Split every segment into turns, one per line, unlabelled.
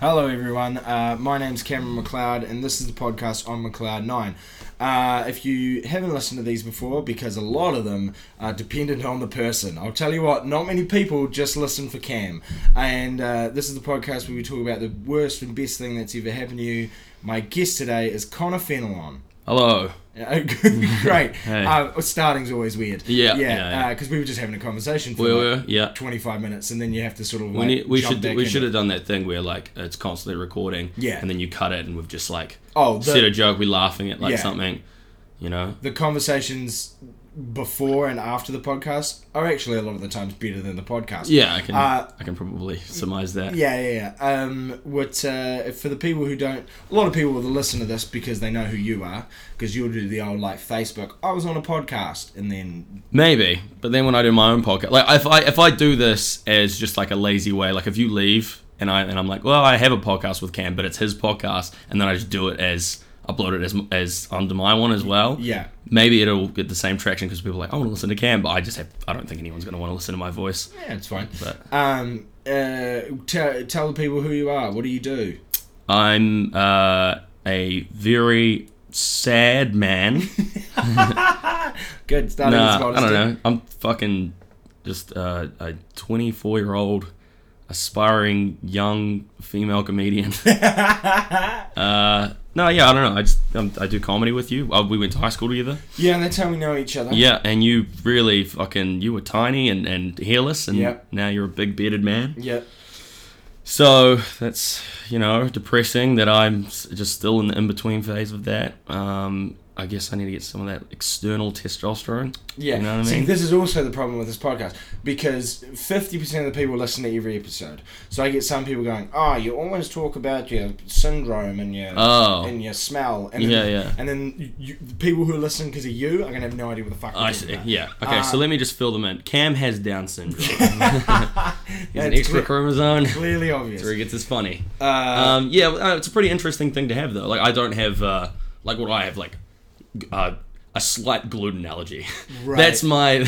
Hello, everyone. Uh, my name's Cameron McLeod, and this is the podcast on McLeod 9. Uh, if you haven't listened to these before, because a lot of them are dependent on the person, I'll tell you what, not many people just listen for Cam. And uh, this is the podcast where we talk about the worst and best thing that's ever happened to you. My guest today is Connor Fenelon.
Hello.
Uh, Great.
Hey.
Uh, starting's always weird.
Yeah, yeah,
Yeah.
yeah.
Because we were just having a conversation for
We
like
were, yeah.
25 minutes, and then you have to sort of like
We, need, we
jump
should
back
we
in.
should have done that thing where like it's constantly recording,
Yeah.
and then you cut it, and we've just like
Oh, the-
said a joke, we're laughing at like
Yeah.
something, you know.
the conversations before and after the podcast are actually a lot of the times better than the podcast.
Yeah, I can
Uh,
I can probably surmise that.
Yeah, yeah, yeah. Um, what uh, for the people who don't, a lot of people will listen to this because they know who you are, because you'll do the old like Facebook. I was on a podcast, and then
Maybe, but then when I do my own podcast, like if I if I do this as just like a lazy way, like if you leave and I and I'm like, well, I have a podcast with Cam, but it's his podcast, and then I just do it as upload it as as under my one as well.
yeah,
Maybe it'll get the same traction because people are like, I want to listen to Cam, but I just have I don't think anyone's gonna want to listen to my voice.
yeah, it's fine.
But
Um, uh, tell tell the people who you are. What do you do?
I'm uh, a very sad man.
Good. Starting
Nah,
with
I don't know. I'm fucking just uh, a 24 year old aspiring young female comedian. uh, no, yeah, I don't know. I just um, I do comedy with you. Uh, we went to high school together.
Yeah, and that's how we know each other.
Yeah, and you really fucking you were tiny and and hairless, and
Yep.
now you're a big bearded man.
Yeah.
So that's you know depressing that I'm s- just still in the in between phase of that. Um, I guess I need to get some of that external testosterone.
Yeah.
you know what I
See,
mean.
this is also the problem with this podcast because 50% of the people listen to every episode. So I get some people going, "Oh, you always talk about your syndrome and your
Oh.
and your smell." And
Yeah,
then,
yeah.
And then you, you, the people who listen because of you are going to have no idea what the fuck.
I
you're
see.
talking about.
Yeah. Okay. so
Uh,
let me just fill them in. Cam has Down syndrome. He's an
That's
extra
clear-
chromosome.
Clearly
That's where
obvious.
he gets his funny.
Uh,
Um, yeah, well, uh, it's a pretty interesting thing to have though. Like I don't have uh, like what I have like g- uh, a slight gluten allergy.
Right.
That's my. Um,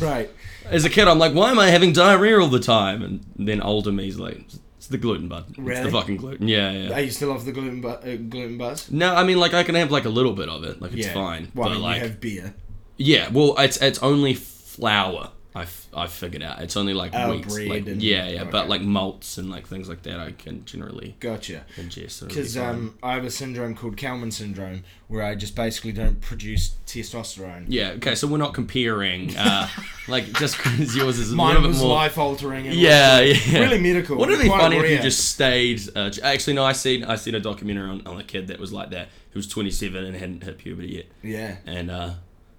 right.
As a kid, I'm like, why am I having diarrhea all the time? And then older me's like, it's the gluten, bud. It's
Really?
the fucking gluten. Yeah, yeah.
Are you still off the gluten bu- uh, gluten buzz?
no, I mean like I can have like a little bit of it, like it's fine.
Well, I
but
mean,
like,
you have beer.
Yeah, well, it's it's only flour. I've, I've figured out it's only like
Oh,
wheat,
bread
like,
and-
yeah, yeah,
okay.
but like malts and like things like that, I can generally
Gotcha.
ingest. and it'll be
Because
fine.
um, I have a syndrome called Kalman syndrome, where I just basically don't produce testosterone.
yeah, okay, so we're not comparing, uh, like just because yours is a
Mine
little bit
was
more.
life altering.
yeah, yeah,
really medical.
Wouldn't it be
Quite
funny if
rare.
you just stayed? Uh, ch- actually, no, I seen I seen a documentary on, on a kid that was like that, who was 27 and hadn't hit puberty yet,
yeah,
and uh,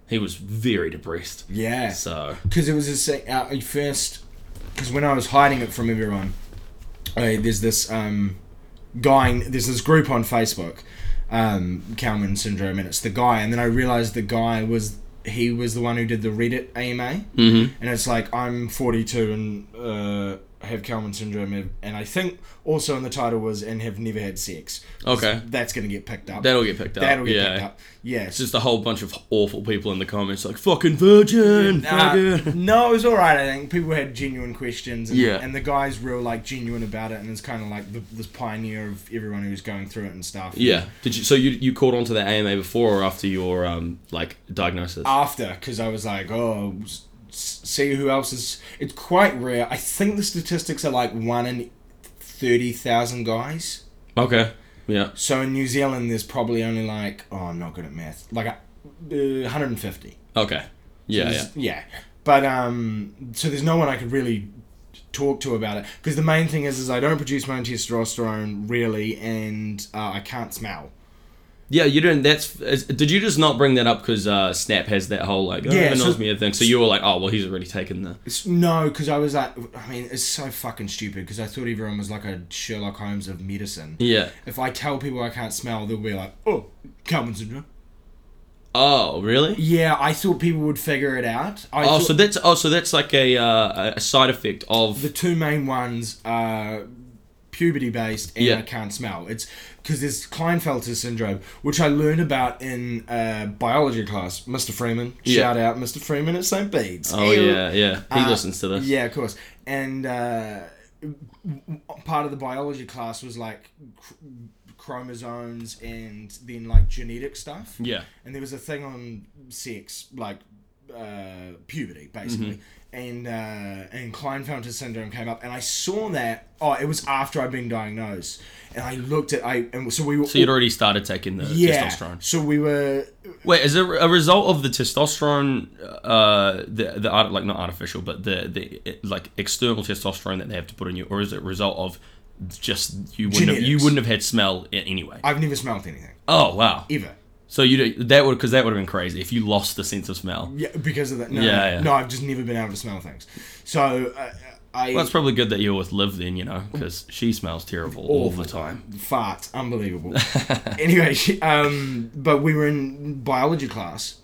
he was very depressed.
yeah.
So
Because it was a sec- uh, at first. Because when I was hiding it from everyone, I, there's this um, guy. There's this group on Facebook, um, Kalman syndrome, and it's the guy. And then I realized the guy was he was the one who did the Reddit AMA.
mhm.
and it's like I'm 42 and uh, have Kalman syndrome, and I think also in the title was and have never had sex.
Okay.
that's gonna get picked up.
that'll get picked up.
That'll get
yeah.
picked up. Yeah.
It's just a whole bunch of awful people in the comments like fucking virgin,
Nah,
fucking.
no, it was all right. I think people had genuine questions, and,
Yeah.
and the guy's real like genuine about it, and it's kind of like the, this pioneer of everyone who's going through it and stuff.
Yeah. Did you? So you you caught onto the AMA before or after your um like diagnosis?
after because I was like, oh, s- see who else is. It's quite rare. I think the statistics are like one in thirty thousand guys.
okay. Yeah.
So in New Zealand, there's probably only like oh, I'm not good at math, like uh, 150.
Okay. Yeah. Yeah.
There's- yeah. But um, so there's no one I could really talk to about it because the main thing is is I don't produce my own testosterone really, and uh, I can't smell.
Yeah. You didn't. That's. is- Did you just not bring that up because uh, Snap has that whole like oh,
Yeah,
yeah,
so-
knows me a thing? So you were like, oh well, he's already taken the.
It's, no, because I was like, I mean, it's so fucking stupid because I thought everyone was like a Sherlock Holmes of medicine.
Yeah.
If I tell people I can't smell, they'll be like, oh, Calvin syndrome.
Oh really?
Yeah, I thought people would figure it out. I
Oh,
thought-
so that's oh, so that's like a uh, a side effect of
the two main ones are puberty based and
Yeah.
I can't smell. It's because there's Klinefelter syndrome, which I learned about in uh, biology class. Mr. Freeman,
Yeah.
shout out Mr. Freeman at St. Bede's.
oh
Ew.
yeah yeah he
Uh,
listens to this
Yeah, of course. And uh, part of the biology class was like cr- chromosomes and then like genetic stuff.
Yeah.
And there was a thing on sex, like uh, puberty, basically.
Mm-hmm.
And uh, and Klinefelter syndrome came up, and I saw that. Oh, it was after I'd been diagnosed, and I looked at I and so we were.
So you'd already started taking the
yeah.
testosterone.
So we were.
Wait, is it a result of the testosterone, uh, the the art like not artificial, but the the it- like external testosterone that they have to put in you, or is it a result of just you wouldn't have, you
Genetics.
wouldn't have had smell a- anyway?
I've never smelled anything
Oh wow!
ever.
So you that would because that would have been crazy if you lost the sense of smell.
Yeah, because of that. No,
Yeah, yeah.
no, I've just never been able to smell things. So uh, I
Well, it's probably good that you're with Liv then, you know, because she smells terrible all the time.
fart, unbelievable. anyway, she- um, but we were in biology class,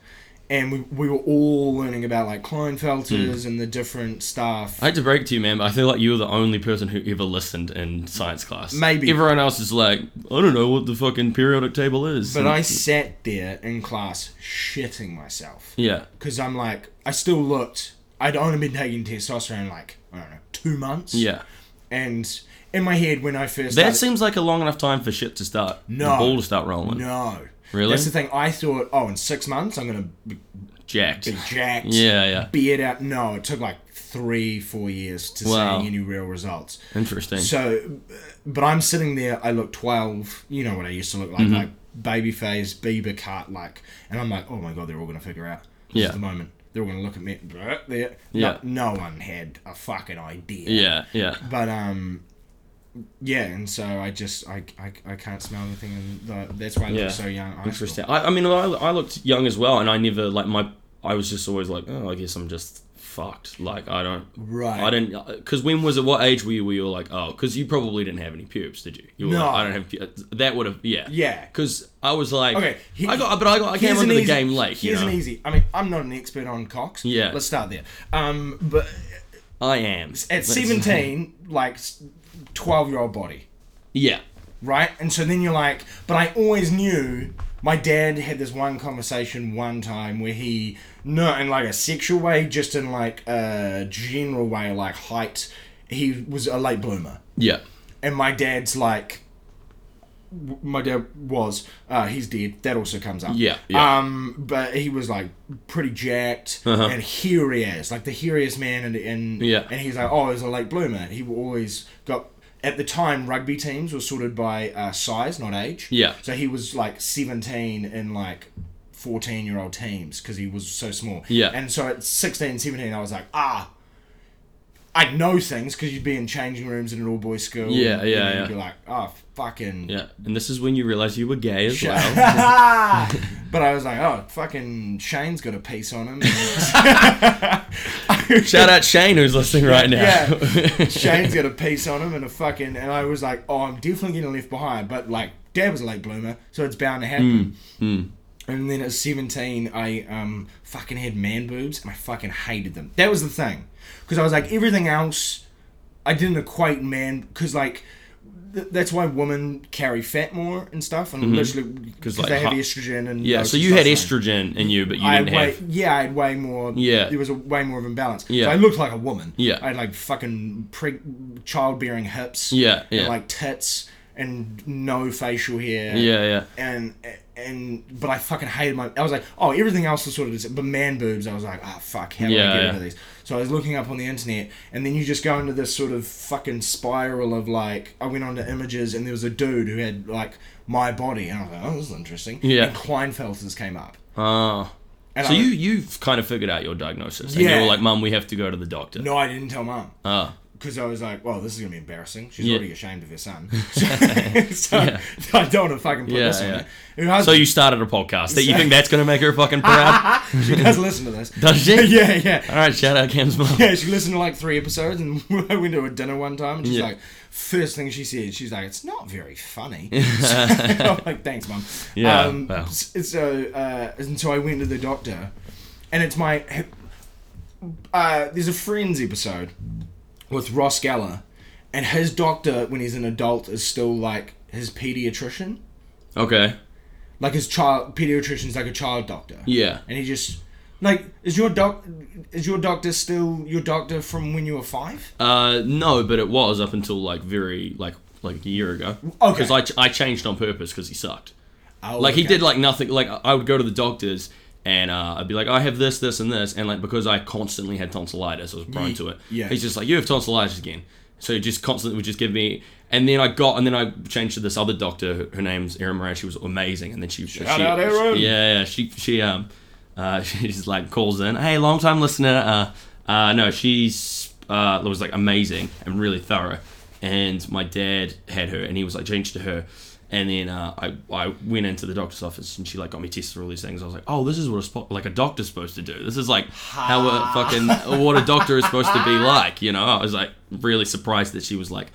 and we, we were all learning about like Klinefelters and the different stuff.
Hmm. I hate to break it to you, man, but I feel like you're the only person who ever listened in science class.
Maybe.
Everyone else is like, I don't know what the fucking periodic table is.
but I sat there in class shitting myself
Yeah.
because I'm like, I still looked. I'd only been taking testosterone like I don't know two months.
Yeah.
and in my head when I first started-
That seems like a long enough time for shit to start.
No.
The ball to start rolling.
no.
Really?
That's the thing. I thought, oh, in six months I'm gonna be
Jacked.
be jacked.
Yeah, yeah.
beard out. No, it took like three, four years to
Wow.
seeing any real results.
Interesting.
So, but I'm sitting there. I look 12. You know what I used to look like,
Mm-hmm.
like baby face, Bieber cut, like, and I'm like, oh my god, they're all gonna figure out. This
Yeah.
is the moment they're all gonna look at me. Bleh, There.
Yeah.
No, no one had a fucking idea.
yeah, yeah.
But um. Yeah, and so I just I, I, I can't smell anything, and the, that's why I
Yeah.
look so young. at high school.
Interesting. I, I mean, I, I looked young as well, and I never, like, my. I was just always like, oh, I guess I'm just fucked. Like, I don't.
Right.
I didn't. Because when was it? What age were you? Were you like, oh, because you probably didn't have any pubes, did you? you were
No.
Like, I don't have. pu- That would have. Yeah.
Yeah.
Because I was like,
Okay, he-
I got, but I got. I came
Here's
into
an
the
easy-
game late. You
Here's
know?
an easy. I mean, I'm not an expert on cocks.
Yeah.
Let's start there. Um, but
I am
at
That's-
17, like 12 year old body,
Yeah.
right? And so then you're like, but I always knew. My dad had this one conversation one time where he, not in like a sexual way, just in like a general way, like height. He was a late bloomer
Yeah.
and my dad's like w- my dad was uh, he's dead that also comes up
Yeah, yeah. Uh-huh.
um but he was like pretty jacked and hairy as like the hairiest man and and
Yeah.
and he's like oh he's a late bloomer he always got at the time rugby teams were sorted by uh, size not age
Yeah.
so he was like 17 in like 14 year old teams because he was so small
Yeah.
and so at 16 17 i was like ah I'd know things because you'd be in changing rooms in an all boys school.
Yeah,
and then
yeah, yeah.
You'd be like, oh, fucking.
Yeah. And this is when you realize you were gay as well.
but I was like, oh, fucking Shane's got a piece on him.
Shout out Shane who's listening right now.
Yeah. Shane's got a piece on him and a fucking. And I was like, oh, I'm definitely getting left behind. But like, dad was a late bloomer, so it's bound to happen.
Hmm.
And then at 17, I um, fucking had man boobs and I fucking hated them. That was the thing. Because I was like, everything else, I didn't equate man. Because like, th- that's why women carry fat more and stuff. And literally, because
Mm-hmm. like,
they have
hu-
estrogen and.
Yeah,
no
so you had
testosterone.
estrogen in you, but you
I had
didn't
way,
have.
yeah, I had way more.
Yeah.
there was a way more of imbalance.
Yeah.
so I looked like a woman.
Yeah.
I had like fucking preg- childbearing hips.
Yeah, yeah.
and like tits and no facial hair.
Yeah, yeah.
and and but I fucking hated my. I was like, oh, everything else was sort of, just, but man boobs. I was like, ah, fuck, how do I
Yeah,
get
yeah.
rid of these? So I was looking up on the internet, and then you just go into this sort of fucking spiral of like, I went onto images, and there was a dude who had like my body, and I was like, oh, this is interesting.
Yeah.
and Kleinfelters came up.
Ah.
And
so
I-
you you've kind of figured out your diagnosis, and you
Yeah.
were like, "Mum, we have to go to the doctor."
No, I didn't tell mum
Ah.
because I was like, "Well, this is gonna be embarrassing. She's
Yeah.
already ashamed of her son, so, so I don't want to fucking put
Yeah,
this on
yeah.
her." Her husband,
So you started a podcast. That you think that's gonna make her fucking proud?
she does listen to this.
Does she?
yeah, yeah,
All right, shout out Cam's mom.
yeah. She listened to like three episodes, and I went to a dinner one time, and she's
Yeah.
like, first thing she said, she's like, "It's not very funny." I'm like, "Thanks, mum."
Yeah,
Um,
wow.
s- So uh, and so I went to the doctor, and it's my. Uh, there's a Friends episode with Ross Geller, and his doctor, when he's an adult, is still like his pediatrician.
Okay.
Like his child pediatrician's like a child doctor.
Yeah.
And he just Like, is your doc, is your doctor still your doctor from when you were five?
Uh, no, but it was up until like very like like a year ago.
Okay.
Because I, ch- I changed on purpose because he sucked.
Oh,
Like he
okay.
did like nothing. Like I- I would go to the doctors and uh, I'd be like, I have this, this, and this, and like because I constantly had tonsillitis, I was prone
Ye-
to it.
yeah.
He's just like, you have tonsillitis again. So he just constantly would just give me, and then I got, and then I changed to this other doctor. Her, her name's Erin Moran. She was amazing, and then she shout
out, Erin!
Yeah, yeah. She she um, uh, she just like calls in. Hey, long time listener. Uh, uh, no, she's uh was like amazing and really thorough. And my dad had her, and he was like changed to her. And then uh, I, I went into the doctor's office and she like got me tested for all these things. I was like, oh, this is what a spo- like a doctor's supposed to do. This is like how a fucking what a doctor is supposed to be like. You know, I was like really surprised that she was like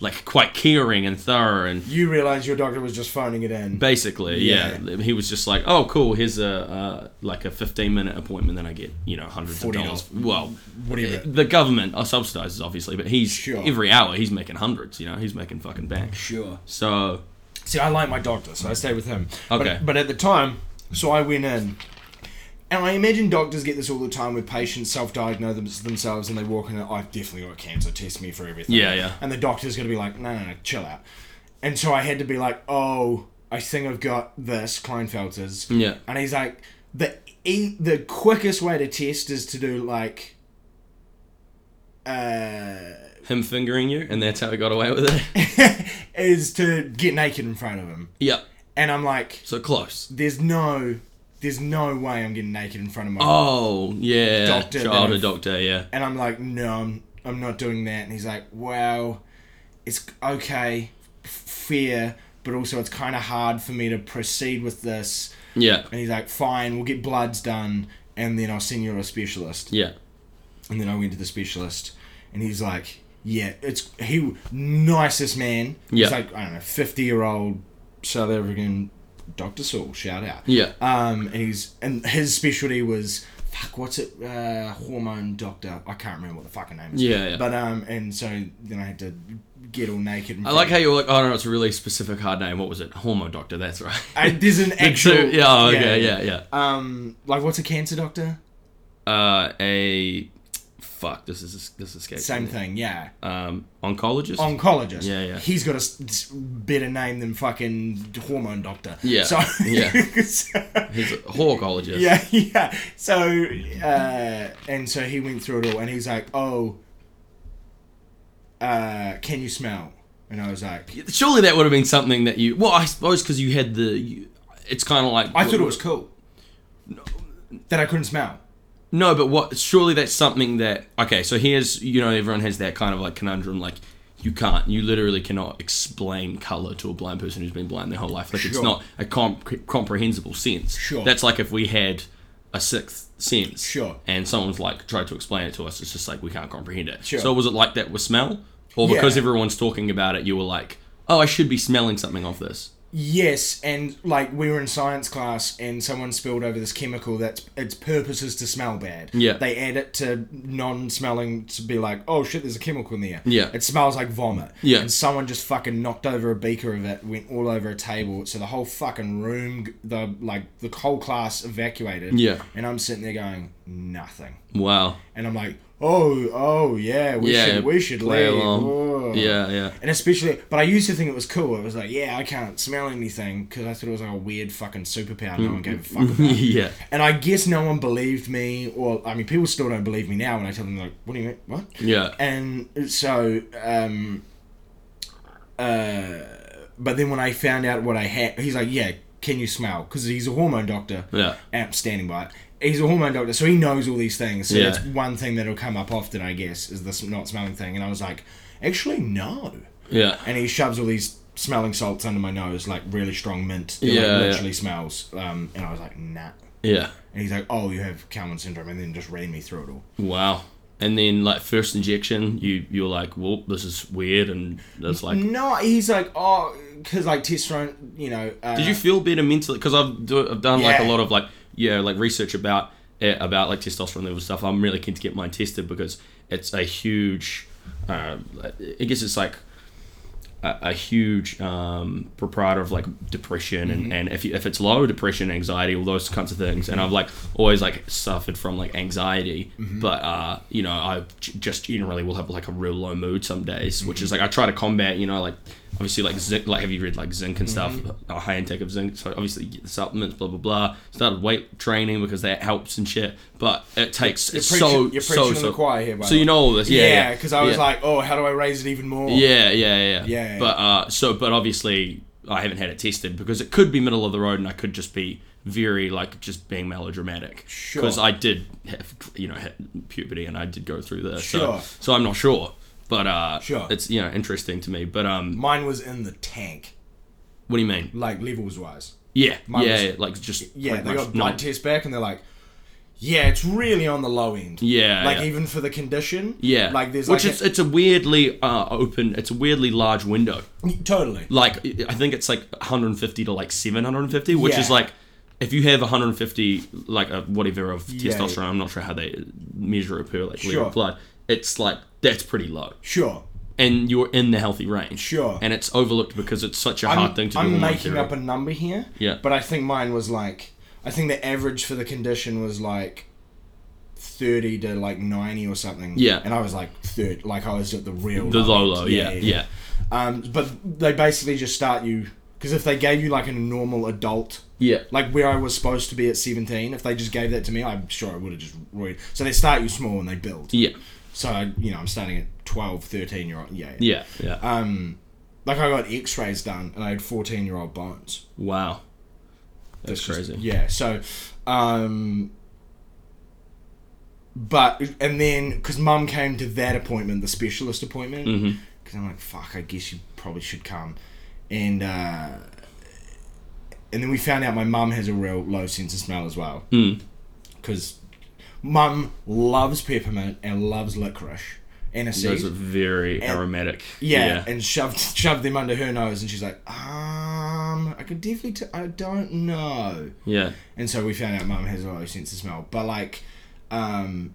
like quite caring and thorough and
You realize your doctor was just phoning it in.
Basically, yeah. He was just like, "Oh, cool. Here's a uh, like a 15 minute appointment. Then I get you know hundreds of
$40.
dollars. Well,
Whatever.
the government uh, subsidizes obviously, but he's
Sure.
every hour he's making hundreds. You know, he's making fucking bank.
Sure.
So
See, I like my doctor, so I stay with him. But-
Okay.
But, at the time, so I went in. And I imagine doctors get this all the time where patients self diagnose them- themselves and they walk in and, I've definitely got cancer, test me for everything.
Yeah, yeah.
And the doctor's going to be like, no, no, no, chill out. And so I had to be like, oh, I think I've got this, Kleinfelter's.
Yeah.
And he's like, the, e- the quickest way to test is to do like. Uh,
him fingering you, and that's how he got away with it.
is to get naked in front of him.
yep.
And I'm like,
So close.
there's no there's no way I'm getting naked in front of my
Oh yeah,
Doctor,
childhood
then-
doctor. Yeah.
and I'm like, no, I'm I'm not doing that. And he's like, well, it's okay, f- fair, but also it's kind of hard for me to proceed with this.
Yeah.
And he's like, fine, we'll get bloods done, and then I'll send you to a specialist.
Yeah.
And then I went to the specialist, and he's like, "Yeah, it's he nicest man.
Yeah.
He's like I don't know, fifty year old South African Doctor Saul. Shout out.
Yeah.
Um, and he's and his specialty was fuck. What's it? Uh, hormone doctor. I can't remember what the fucking name is.
Yeah, yeah.
But um, and so then I had to get all naked. And
I like how you were like, oh no, it's a really specific hard name. What was it? Homo doctor. That's right.
I, there's an actual.
So, yeah. Oh, okay. Yeah. Yeah.
Um, like what's a cancer doctor?
uh, a fuck. This is this escape.
Same thing. Yeah.
Um, oncologist.
oncologist.
Yeah, yeah.
He's got a s- s- better name than fucking hormone doctor.
Yeah,
So,
yeah.
so-
He's a horcologist.
yeah, yeah. So, uh, and so he went through it all, and he's like, "Oh, uh, can you smell?" And I was like,
Surely that would have been something that you. Well, I suppose because you had the. You, it's kind of like
"I thought it was cool that I couldn't smell."
No, but what? Surely that's something that. Okay, so here's you know everyone has that kind of like conundrum like. You can't. You literally cannot explain color to a blind person who's been blind their whole life. Like it's
Sure.
not a comp- comprehensible sense.
Sure.
That's like if we had a sixth sense.
Sure.
And someone's like tried to explain it to us. It's just like we can't comprehend it.
Sure.
So was it like that with smell, or because
Yeah.
everyone's talking about it, you were like, oh, I should be smelling something off this.
Yes, and like we were in science class, and someone spilled over this chemical that's its purpose is to smell bad.
Yeah.
they add it to non-smelling to be like, oh shit, there's a chemical in there.
Yeah.
it smells like vomit.
Yeah.
and someone just fucking knocked over a beaker of it, went all over a table, so the whole fucking room, g- the like the whole class evacuated.
Yeah.
and I'm sitting there going nothing,
Wow.
and I'm like, oh, oh yeah, we
Yeah,
should we should
play
leave.
along.
Oh.
Yeah, yeah.
And especially, but I used to think it was cool. It was like, yeah, I can't smell anything because I thought it was like a weird fucking superpower no one gave a fuck about.
yeah.
and I guess no one believed me, or I mean, people still don't believe me now when I tell them like, "What do you mean? What?"
Yeah.
And so, um, uh, but then when I found out what I had, he's like, "Yeah, can you smell?" Because he's a hormone doctor.
Yeah.
And I'm standing by it. He's a hormone doctor, so he knows all these things. So
Yeah.
that's one thing that'll come up often, I guess, is this not smelling thing. And I was like, actually, no
Yeah.
and he shoves all these smelling salts under my nose, like really strong mint. It
Yeah,
like,
yeah.
literally smells. Um, and I was like, nah.
Yeah.
And he's like, oh, you have Kalman syndrome, and then just ran me through it all.
Wow. And then like first injection, you you were like, "Well, this is weird," and that's like,
No, he's like, oh, because like testosterone, you know. Uh,
did you feel better mentally? Because I've do, I've done like a
Yeah.
lot of like yeah like research about eh, about like testosterone level stuff. I'm really keen to get um, mine tested because it's a huge. Uh, I guess it's like a, a huge um, proprietor of like depression
Mm-hmm.
and, and if, you, if it's low depression anxiety all those kinds of things and i've like always like suffered from like anxiety
Mm-hmm.
but uh you know i j- just generally will have like a real low mood some days
Mm-hmm.
which is like i try to combat you know like obviously like zinc like have you read like zinc and stuff
Mm-hmm.
a high intake of zinc so obviously you get the supplements blah blah blah started weight training because that helps and shit but it takes
You're
it's
preaching-
so
you're
so
preaching
so
to the choir here, by
so
the way.
you know all this yeah
Yeah, because I was
yeah.
like, oh, how do I raise it even more?
Yeah, yeah, yeah.
Yeah, yeah.
But uh, so, but obviously, I haven't had it tested because it could be middle of the road, and I could just be very like just being melodramatic.
Sure.
Because I did have you know hit puberty, and I did go through this.
Sure.
So, so I'm not sure, but uh,
Sure.
it's you know interesting to me. But um,
Mine was in the tank,
what do you mean?
like levels wise.
Yeah,
Mine
yeah,
was-
yeah, like just
Yeah,
pretty
they
much
got blood
not-
tests back and they're like, yeah, it's really on the low end.
Yeah,
Like
yeah.
even for the condition.
yeah,
Like there's
which
like
is it's a weirdly uh, open, it's a weirdly large window.
a- totally.
like I think it's like 150 to like 750, which is
Yeah.
like if you have 150 like a whatever of
Yeah,
testosterone, I'm not sure how they measure it per like liter
Sure.
of blood. It's like that's pretty low,
Sure.
and you're in the healthy range.
Sure.
and it's overlooked because it's such a
I'm,
hard thing to do.
I'm
on one
making
theory.
up a number here.
Yeah.
But I think mine was like, I think the average for the condition was like. 30 to like 90 or something
Yeah.
and i was like third like i was at the real
the low
end.
low, yeah, yeah,
Um, but they basically just start you because if they gave you like a normal adult,
yeah,
like where I was supposed to be at seventeen, if they just gave that to me, I'm sure I would have just roared. So they start you small and they build.
yeah,
So I, you know, I'm starting at 12, 13 year old. Yeah, yeah.
yeah, yeah.
Um, like I got X-rays done and I had fourteen year old bones.
wow, that's
It's just-
crazy.
yeah. So, um, but and then because mum came to that appointment, the specialist appointment, because
Mm-hmm.
I'm like, fuck, I guess you probably should come, and uh, and then we found out my mum has a real low sense of smell as well,
Mm.
because mum loves peppermint and loves licorice and a
Those are very aromatic.
yeah, and shoved shoved them under her nose, and she's like, um, I could definitely, t- I don't know.
yeah,
And so we found out mum has a low sense of smell. But like, um,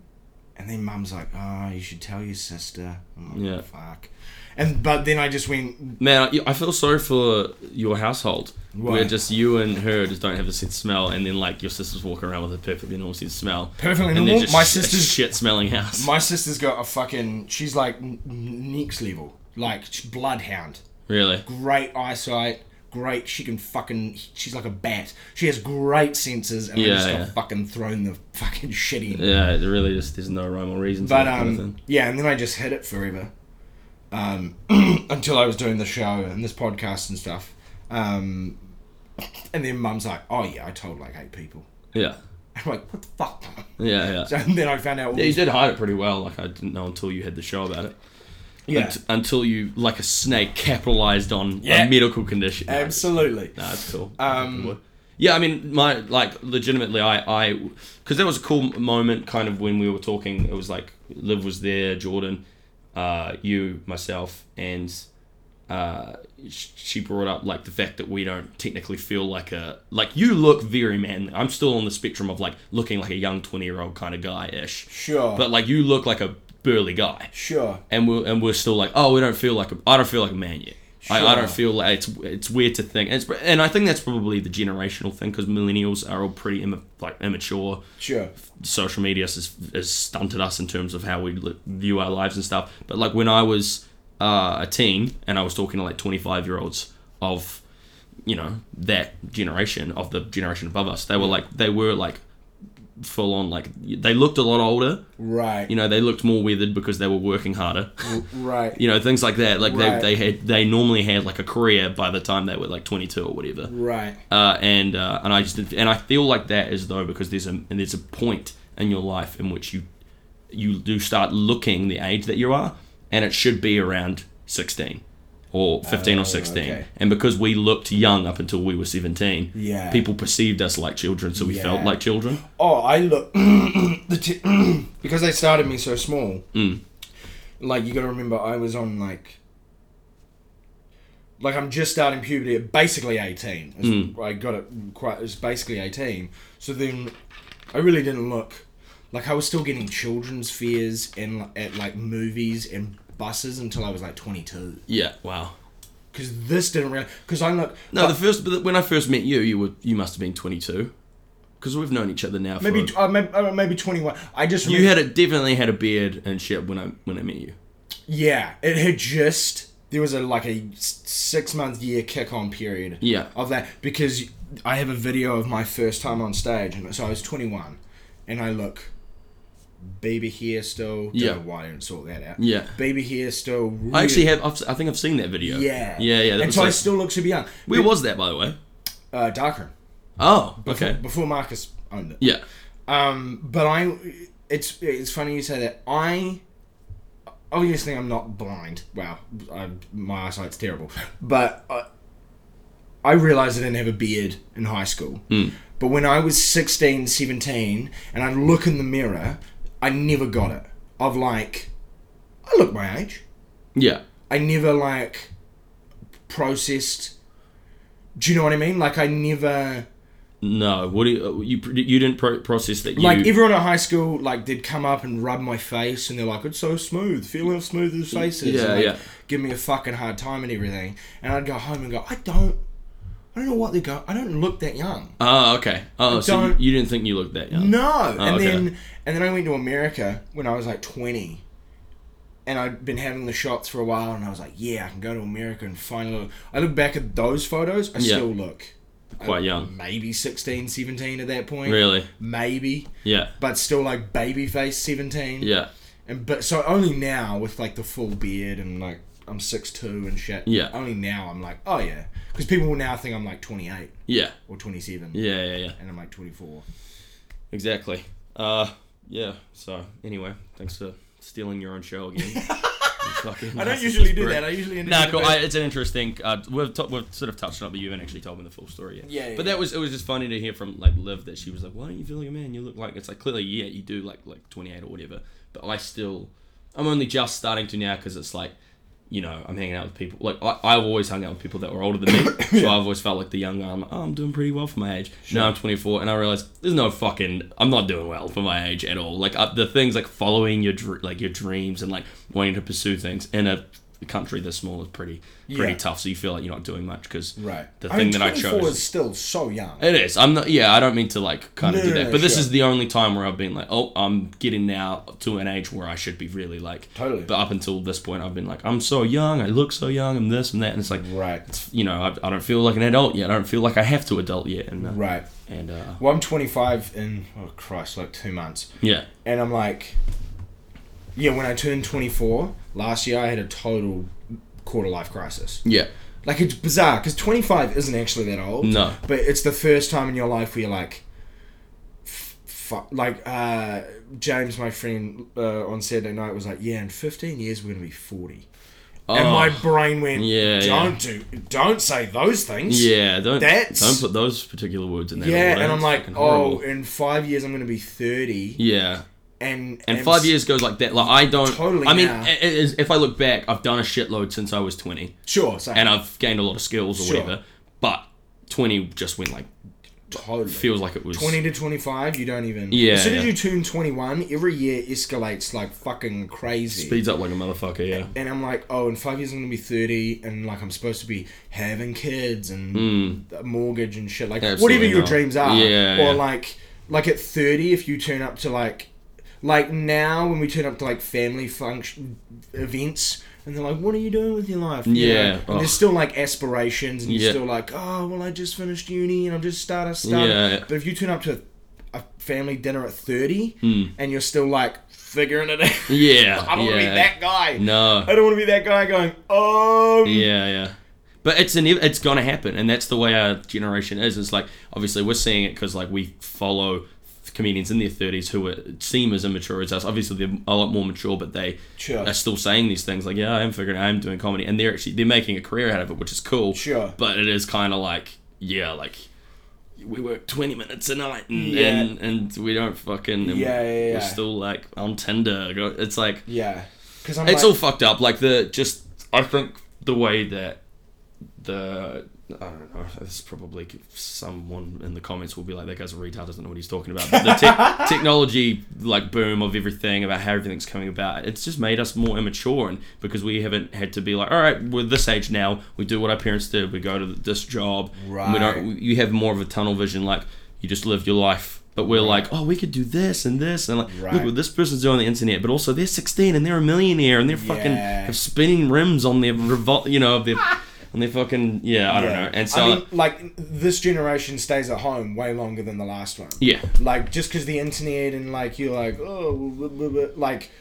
and then mum's like, oh, you should tell your sister. I'm like,
Yeah.
Fuck. And but then I just went,
Man, I- I feel sorry for your household
Why?
where just you and her just don't have a sense of smell, and then like your sister's walking around with a perfectly normal sense of smell.
Perfectly
and they're
normal?
Just
My
a
sister's-
shit smelling house.
my sister's got a fucking, she's like n- n- next level, like she's bloodhound,
really?
great eyesight. Great, she can fucking. She's like a bat. She has great senses, and I
Yeah,
just got
yeah.
fucking thrown the fucking shit in.
Yeah, it really just there's no rhyme or reason. to
But
that kind of
um,
thing.
yeah, and then I just hid it forever, um, until I was doing the show and this podcast and stuff. Um, and then Mum's like, "Oh yeah, I told like eight people."
yeah,
I'm like, "What the fuck?"
yeah, yeah.
So, and then I found out. All
yeah, you
these,
did hide it pretty well. Like I didn't know until you had the show about it.
yeah,
Unt- until you, like a snake, capitalized on
Yeah.
a medical condition.
absolutely.
Nah, it's cool.
Um,
Would. yeah, I mean, my like legitimately, I I because that was a cool moment, kind of when we were talking. It was like Liv was there, Jordan, uh, you, myself, and uh, sh- she brought up like the fact that we don't technically feel like a like you look very manly. I'm still on the spectrum of like looking like a young twenty year old kind of guy ish,
Sure,
but like you look like a burly guy
sure.
and we're and we're still like, oh, we don't feel like a, I don't feel like a man yet. I, I
Sure.
don't feel like it's it's weird to think, and, it's, and I think that's probably the generational thing because millennials are all pretty imma- like immature.
Sure.
Social media has, has stunted us in terms of how we li- view our lives and stuff. But like when I was uh, a teen and I was talking to like twenty five year olds of you know that generation of the generation above us, they were like they were like full on like they looked a lot older.
Right.
You know, they looked more weathered because they were working harder
right.
you know things like that like
Right.
they, they had they normally had like a career by the time they were like 22 or whatever
Right.
uh, and uh, and i just and i feel like that is though because there's a and there's a point in your life in which you you do start looking the age that you are and it should be around 16 or 15
Oh,
or 16
okay.
and because we looked young up until we were 17
Yeah.
people perceived us like children so we felt
Yeah.
like children
Oh, I look the t- because they started me so small.
Mm.
Like you got to remember, I was on like like I'm just starting puberty at basically 18. It's-
Mm.
I got it quite. It's basically 18. So then I really didn't look like I was still getting children's fears and at like movies and buses until I was like 22.
yeah wow
because this didn't really. Because I'm like,
No, the first but when I first met you, you were you must have been 22, because we've known each other now. For,
maybe uh, maybe, uh, maybe 21. I just
you
remem-
had a, definitely had a beard and shit when I when I met you.
yeah, it had just there was a like a s- six month year kick on period.
Yeah.
of that because I have a video of my first time on stage, and so I was 21, and I look baby hair still. Don't
Yeah.
know why I didn't sort that out.
Yeah.
baby hair still. Really,
I actually have. I've, si think I've seen that video.
yeah,
Yeah, yeah. That
and
was
so I
like-
still look super young.
where was that, by the way?
Uh, darker.
Oh, okay.
Before Marcus owned it.
Yeah.
Um, but I, it's it's funny you say that. I obviously I'm not blind. Wow, I, my eyesight's terrible. But I, I realized I didn't have a beard in high school.
Hmm.
But when I was 16, 17, and I look in the mirror, I never got it. Of like, I look my age.
Yeah.
I never like processed. Do you know what I mean? Like I never.
No. What do you you pr- you didn't pro- process that? You,
Like everyone at high school, like they'd come up and rub my face, and they're like, "It's so smooth, feel how smooth the face is."
Yeah,
and, like,
yeah.
Give me a fucking hard time and everything, and I'd go home and go, "I don't, I don't know what they go. I don't look that young."
Oh, okay. Oh, so you,
don't-
you didn't think you looked that young?
No, and
Oh, okay.
then and then I went to America when I was like twenty, and I'd been having the shots for a while, and I was like, "Yeah, I can go to America and finally." Look. I look back at those photos, I
Yeah.
still look
Quite young.
maybe 16, 17 at that point,
Really?
maybe,
Yeah.
but still like baby face seventeen.
Yeah.
And but so only now with like the full beard and like I'm six two and shit.
Yeah.
Only now I'm like, oh yeah, because people will now think I'm like 28
Yeah.
or 27,
Yeah. Yeah. Yeah.
and I'm like 24.
Exactly. Uh. Yeah. So anyway, thanks for stealing your own show again. You fucking
I don't
narcissist
usually do
prick.
that. I usually end
No,
up.
cool. I, it's an interesting. Uh, we've t- we've sort of touched on it, but you haven't actually told me the full story yet.
Yeah, yeah,
But
yeah.
that was it was just funny to hear from like Liv that she was like, "Why don't you feel like a man? You look like it's like clearly yeah, you do like like 28 or whatever." But I still, I'm only just starting to now because it's like, you know, I'm hanging out with people like I, I've always hung out with people that were older than me, so I've always felt like the young guy. I'm like, oh, I'm doing pretty well for my age. Now I'm 24, and I realize there's no fucking, I'm not doing well for my age at all. Like uh, the things like following your dr- like your dreams and like wanting to pursue things in a country this small is pretty pretty
Yeah.
tough. So you feel like you're not doing much because
right.
the
I
thing
mean,
that I
24
chose.
is still so young.
It is. I'm not. Yeah, I don't mean to like kind of
No,
do
no,
that,
no,
but this
sure.
is the only time where I've been like, oh, I'm getting now to an age where I should be really like.
Totally.
But up until this point, I've been like, I'm so young. I look so young. I'm this and that, and it's like,
Right.
it's, you know, I, I don't feel like an adult yet. I don't feel like I have to adult yet, and uh,
Right.
and uh,
Well, I'm 25 in oh Christ, like two months.
yeah,
and I'm like, yeah, when I turned 24 last year, I had a total quarter life crisis.
yeah,
Like it's bizarre because 25 isn't actually that old.
No.
but it's the first time in your life where you're like, f- fuck. Like uh, James, my friend uh, on Saturday night was like, yeah, in 15 years we're gonna be 40. And
Oh.
my brain went,
Yeah, yeah.
don't do, don't say those things.
yeah. Don't
That's-
don't put those particular words in there.
Yeah,
That's
and I'm like,
fucking
oh,
horrible.
in five years I'm gonna be 30,
yeah.
and
and five years goes like that. Like I don't.
Totally
I mean,
now.
it- it is- if I look back, I've done a shitload since I was twenty.
sure, so
and I've gained a lot of skills or
Sure.
whatever. But twenty just went like
totally.
feels like it was
20 to 25, you don't even.
Yeah,
As soon as
yeah.
you turn 21, every year escalates like fucking crazy.
speeds up like a motherfucker. Yeah,
And I'm like, oh, in five years I'm gonna be 30, and like I'm supposed to be having kids and a mortgage and shit. Like
Hmm. Absolutely
whatever your
not.
dreams are.
Yeah,
or
yeah.
like, like at 30, if you turn up to like, like now when we turn up to like family function events. And they're like, "What are you doing with your life?" You
Yeah,
know? and
ugh.
there's still like aspirations, and you're
Yeah.
still like, "Oh, well, I just finished uni, and I'm just starting, starting."
Yeah.
But if you turn up to a family dinner at 30,
Hmm.
and you're still like figuring it out,
yeah,
I don't want to
yeah.
be that guy.
No,
I don't want to be that guy going, um.
yeah, yeah. But it's an, it's gonna happen, and that's the way our generation is. It's like obviously we're seeing it because like we follow comedians in their thirties who are, seem as immature as us. Obviously they're a lot more mature, but they
Sure.
are still saying these things like, "Yeah, I am figuring, I am doing comedy," and they're actually they're making a career out of it, which is cool.
Sure.
But it is kind of like, yeah, like we work twenty minutes a night, and
Yeah.
and, and we don't fucking and
Yeah, yeah, yeah.
We're still like on Tinder. Go- It's like
Yeah. Because I'm like,
it's all fucked up. Like the just, I think the way that the I don't know. This is probably someone in the comments will be like, "That guy's a retard. Doesn't know what he's talking about." But the tech technology like boom of everything about how everything's coming about. It's just made us more immature, and because we haven't had to be like, "All right, we're this age now. We do what our parents did. We go to this job. and We don't. You have more of a tunnel vision. Like you just live your life." But we're like, oh, we could do this and this, and like, look
Right.
what this person's doing on the internet. But also, they're 16 and they're a millionaire, and they're fucking
Yeah.
have spinning rims on their revol, you know, of their, on their fucking, yeah, I don't know. And so,
I mean, like this generation stays at home way longer than the last one.
yeah,
Like just because the internet and like you're like oh blah, blah, blah," like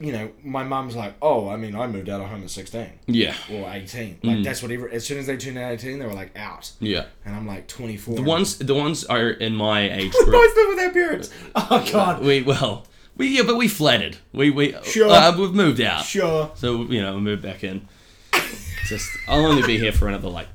you know my mum's like oh I mean I moved out of home at sixteen
yeah,
or eighteen like that's what every, as soon as they turned eighteen they were like out
Mm. yeah.
and I'm like twenty four.
The ones, the ones are in my age
we
group.
both live with our parents. Oh god,
We well, we yeah, but we flattered. We we
Sure.
uh, we've moved out,
sure.
so you know, we moved back in. Just, I'll only be here for another like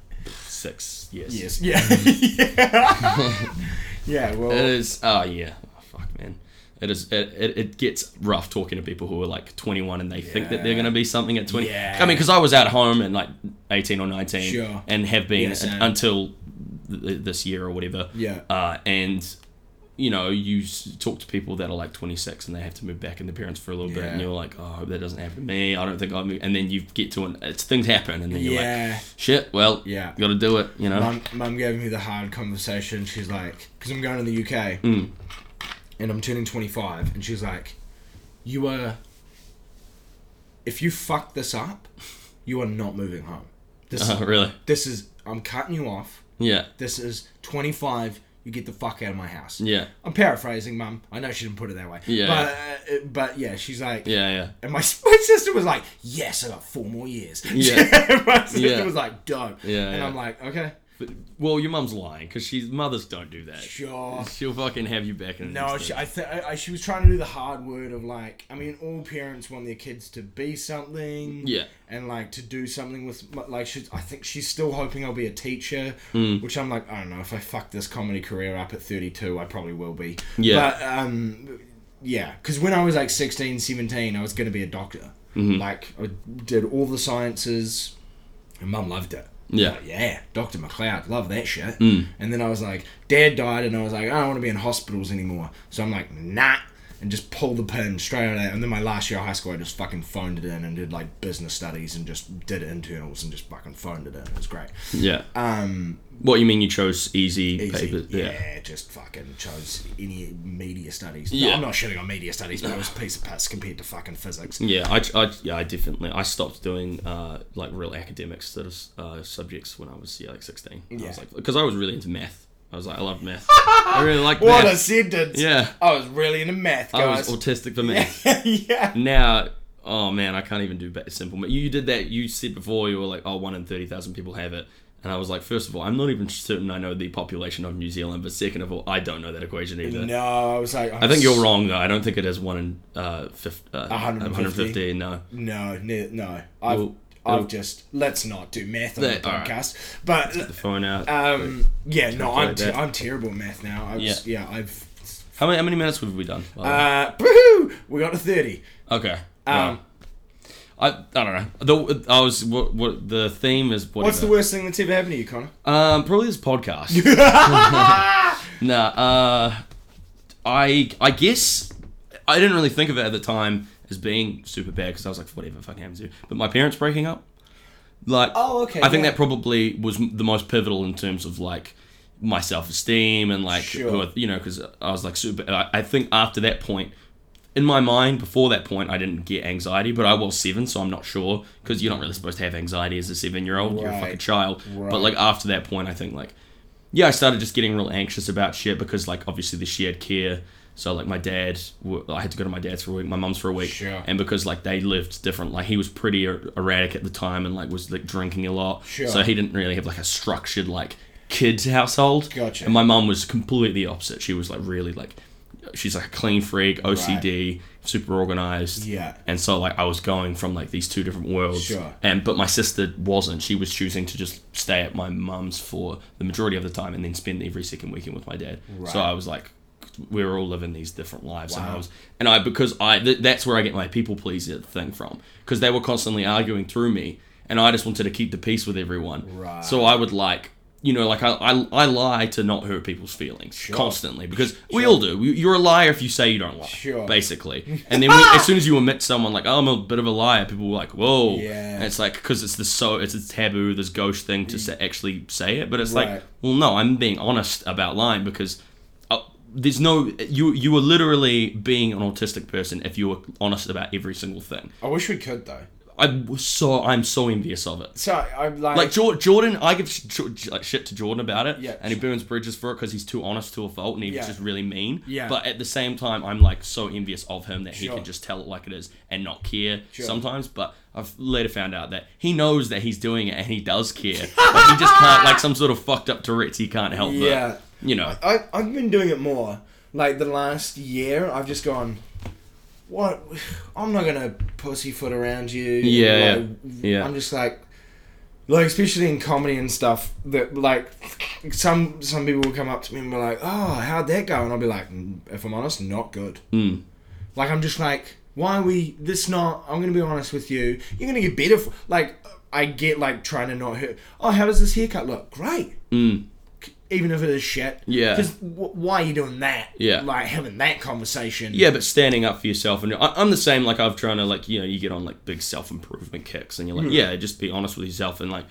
six years.
Yes. Yeah. yeah.
Mm.
yeah. Well.
It is. Oh yeah. Oh, fuck man. It is. It, it, it gets rough talking to people who are like 21 and they think that they're
Yeah.
gonna be something at 20.
Yeah.
I mean, because I was at home and like 18 or 19
Sure.
and have been
Yeah, same.
until th- this year or whatever.
Yeah.
Uh, and you know, you s- talk to people that are like 26 and they have to move back in their parents for a little bit, and
Yeah.
you're like, oh, I hope that doesn't happen to me. I don't think I'll move. And then you get to an, it's things happen, and then you're like,
yeah.
shit, well,
Yeah.
got to do it, you know.
Mum, mum gave me the hard conversation. She's like, because I'm going to the UK
Mm.
and I'm turning 25, and she's like, you are. If you fuck this up, you are not moving home. This,
Uh, really?
this is. I'm cutting you off.
Yeah.
This is 25. You get the fuck out of my house.
Yeah.
I'm paraphrasing, mum. I know she didn't put it that way.
Yeah.
But, uh, but yeah, she's like,
Yeah. Yeah.
And my, my sister was like, "Yes, I got four more years."
Yeah.
my sister
Yeah.
was like, "Dope."
Yeah,
and
yeah.
I'm like, "Okay,
But, well, your mum's lying because she's mothers don't do that.
sure."
She'll fucking have you back in. the
No,
next
she,
day.
I th- I, I, she was trying to do the hard word of like, I mean, all parents want their kids to be something,
Yeah.
and like to do something with like. She, I think she's still hoping I'll be a teacher,
Hmm.
which I'm like, I don't know. If I fuck this comedy career up at 32, I probably will be.
Yeah.
but um, yeah, because when I was like 16, 17, I was gonna be a doctor.
Mm-hmm.
Like, I did all the sciences. And mum loved it.
Yeah. Mm.
Like, yeah, Dr. McLeod, love that shit. And then I was like, Dad died, and I was like, I don't want to be in hospitals anymore. So I'm like, nah, and just pulled the pin straight out of that. And then my last year of high school, I just fucking phoned it in and did like business studies and just did internals and just fucking phoned it in. It was great.
Yeah.
Um,
What you mean? You chose easy,
easy.
papers?
yeah.
Yeah.
just fucking chose any media studies.
Yeah.
I'm not shitting on media studies, but it was a piece of piss compared to fucking physics.
Yeah. I, I, yeah. I definitely. I stopped doing uh, like real academic sort of uh, subjects when I was yeah, like sixteen. I
Yeah.
was like, because I was really into math. I was like, I loved math. I really liked
What a
math.
sentence!
yeah.
I was really into math,
I was
guys.
autistic for math.
yeah.
now oh man i can't even do ba- simple math you did that you said before you were like oh one in 30000 people have it and i was like first of all i'm not even certain i know the population of new zealand but second of all i don't know that equation either
No, I was like,
i think you're wrong though i don't think it is one in uh, fif- uh
150.
150 no
No, ne- no. I've,
Well,
I've
it'll-
just let's not do math on
Yeah,
the
all right.
podcast.
the phone out
But um, yeah, no, I'm
Calculate
te-
that.
I'm terrible at math now. I was, yeah. I've
how many, how many minutes have we done by the way?
uh, woohoo, we got to thirty.
okay
Um,
wow. I, I don't know. The, I was what, what the theme is whatever.
What's the worst thing that's ever happened to you, Connor?
Um, probably this podcast. nah, uh, I I guess I didn't really think of it at the time as being super bad because I was like, whatever, fucking happens to you. But my parents breaking up, like,
Oh, okay,
I think
yeah.
that probably was m- the most pivotal in terms of like my self esteem and like,
Sure.
who I- you know, because I was like super. I, I think after that point. In my mind, before that point, I didn't get anxiety, but I was seven, so I'm not sure because you're not really supposed to have anxiety as a seven-year-old. You're a
Right.
fucking child. But
Right.
like after that point, I think like yeah, I started just getting real anxious about shit because like obviously the shared care. So like my dad, w- I had to go to my dad's for a week, my mum's for a week,
Sure.
and because like they lived different, like he was pretty er- erratic at the time and like was like drinking a lot,
Sure.
so he didn't really have like a structured like kids household.
Gotcha.
And my mum was completely opposite. She was like really like, she's like a clean freak, OCD, super organized.
Yeah.
And so like I was going from like these two different worlds.
Sure.
And but my sister wasn't. She was choosing to just stay at my mum's for the majority of the time and then spend every second weekend with my dad. So
Right.
I was like we were all living these different lives and I was and I because I th- that's where I get my people pleaser thing from because they were constantly arguing through me and I just wanted to keep the peace with everyone.
Right.
So I would like, you know, like I, I, I lie to not hurt people's feelings constantly because we all do. You- You're a liar if you say you don't lie,
Sure.
basically. And then when, as soon as you admit someone like, oh, I'm a bit of a liar, people were like, whoa.
Yeah. Mm.
And it's like because it's the so it's a taboo, this gauche thing to sa actually say it, but it's
Right.
like, well, no, I'm being honest about lying because. uh, There's no you. You were literally being an autistic person if you were honest about every single thing.
I wish we could though.
I was so I'm so envious of it.
So I'm like,
Like Jor- Jordan, I give sh- Jor- like shit to Jordan about it,
Yeah.
and he burns bridges for it because he's too honest to a fault, and he
Yeah.
was just really mean.
Yeah.
But at the same time, I'm like so envious of him that he
Sure.
can just tell it like it is and not care
Sure.
sometimes. But I've later found out that he knows that he's doing it and he does care, but he just can't like some sort of fucked up Tourette's. He can't help
Yeah.
it. You know.
I I've been doing it more. Like the last year, I've just gone. What? I'm not gonna pussyfoot around you.
Yeah,
Like,
yeah.
I'm just like, like especially in comedy and stuff. That like some some people will come up to me and be like, "Oh, how'd that go?" And I'll be like, "Mm, "If I'm honest, not good."
Mm.
Like I'm just like, why are we this not? I'm gonna be honest with you. You're gonna get better. For, like I get like trying to not hurt. Oh, how does this haircut look? Great.
Mm.
Even if it is shit.
Yeah.
Because w- why are you doing that?
Yeah.
Like having that conversation.
Yeah, but standing up for yourself, and I, I'm the same. Like I've trying to like you know you get on like big self improvement kicks, and you're
Hmm.
like, yeah, just be honest with yourself, and like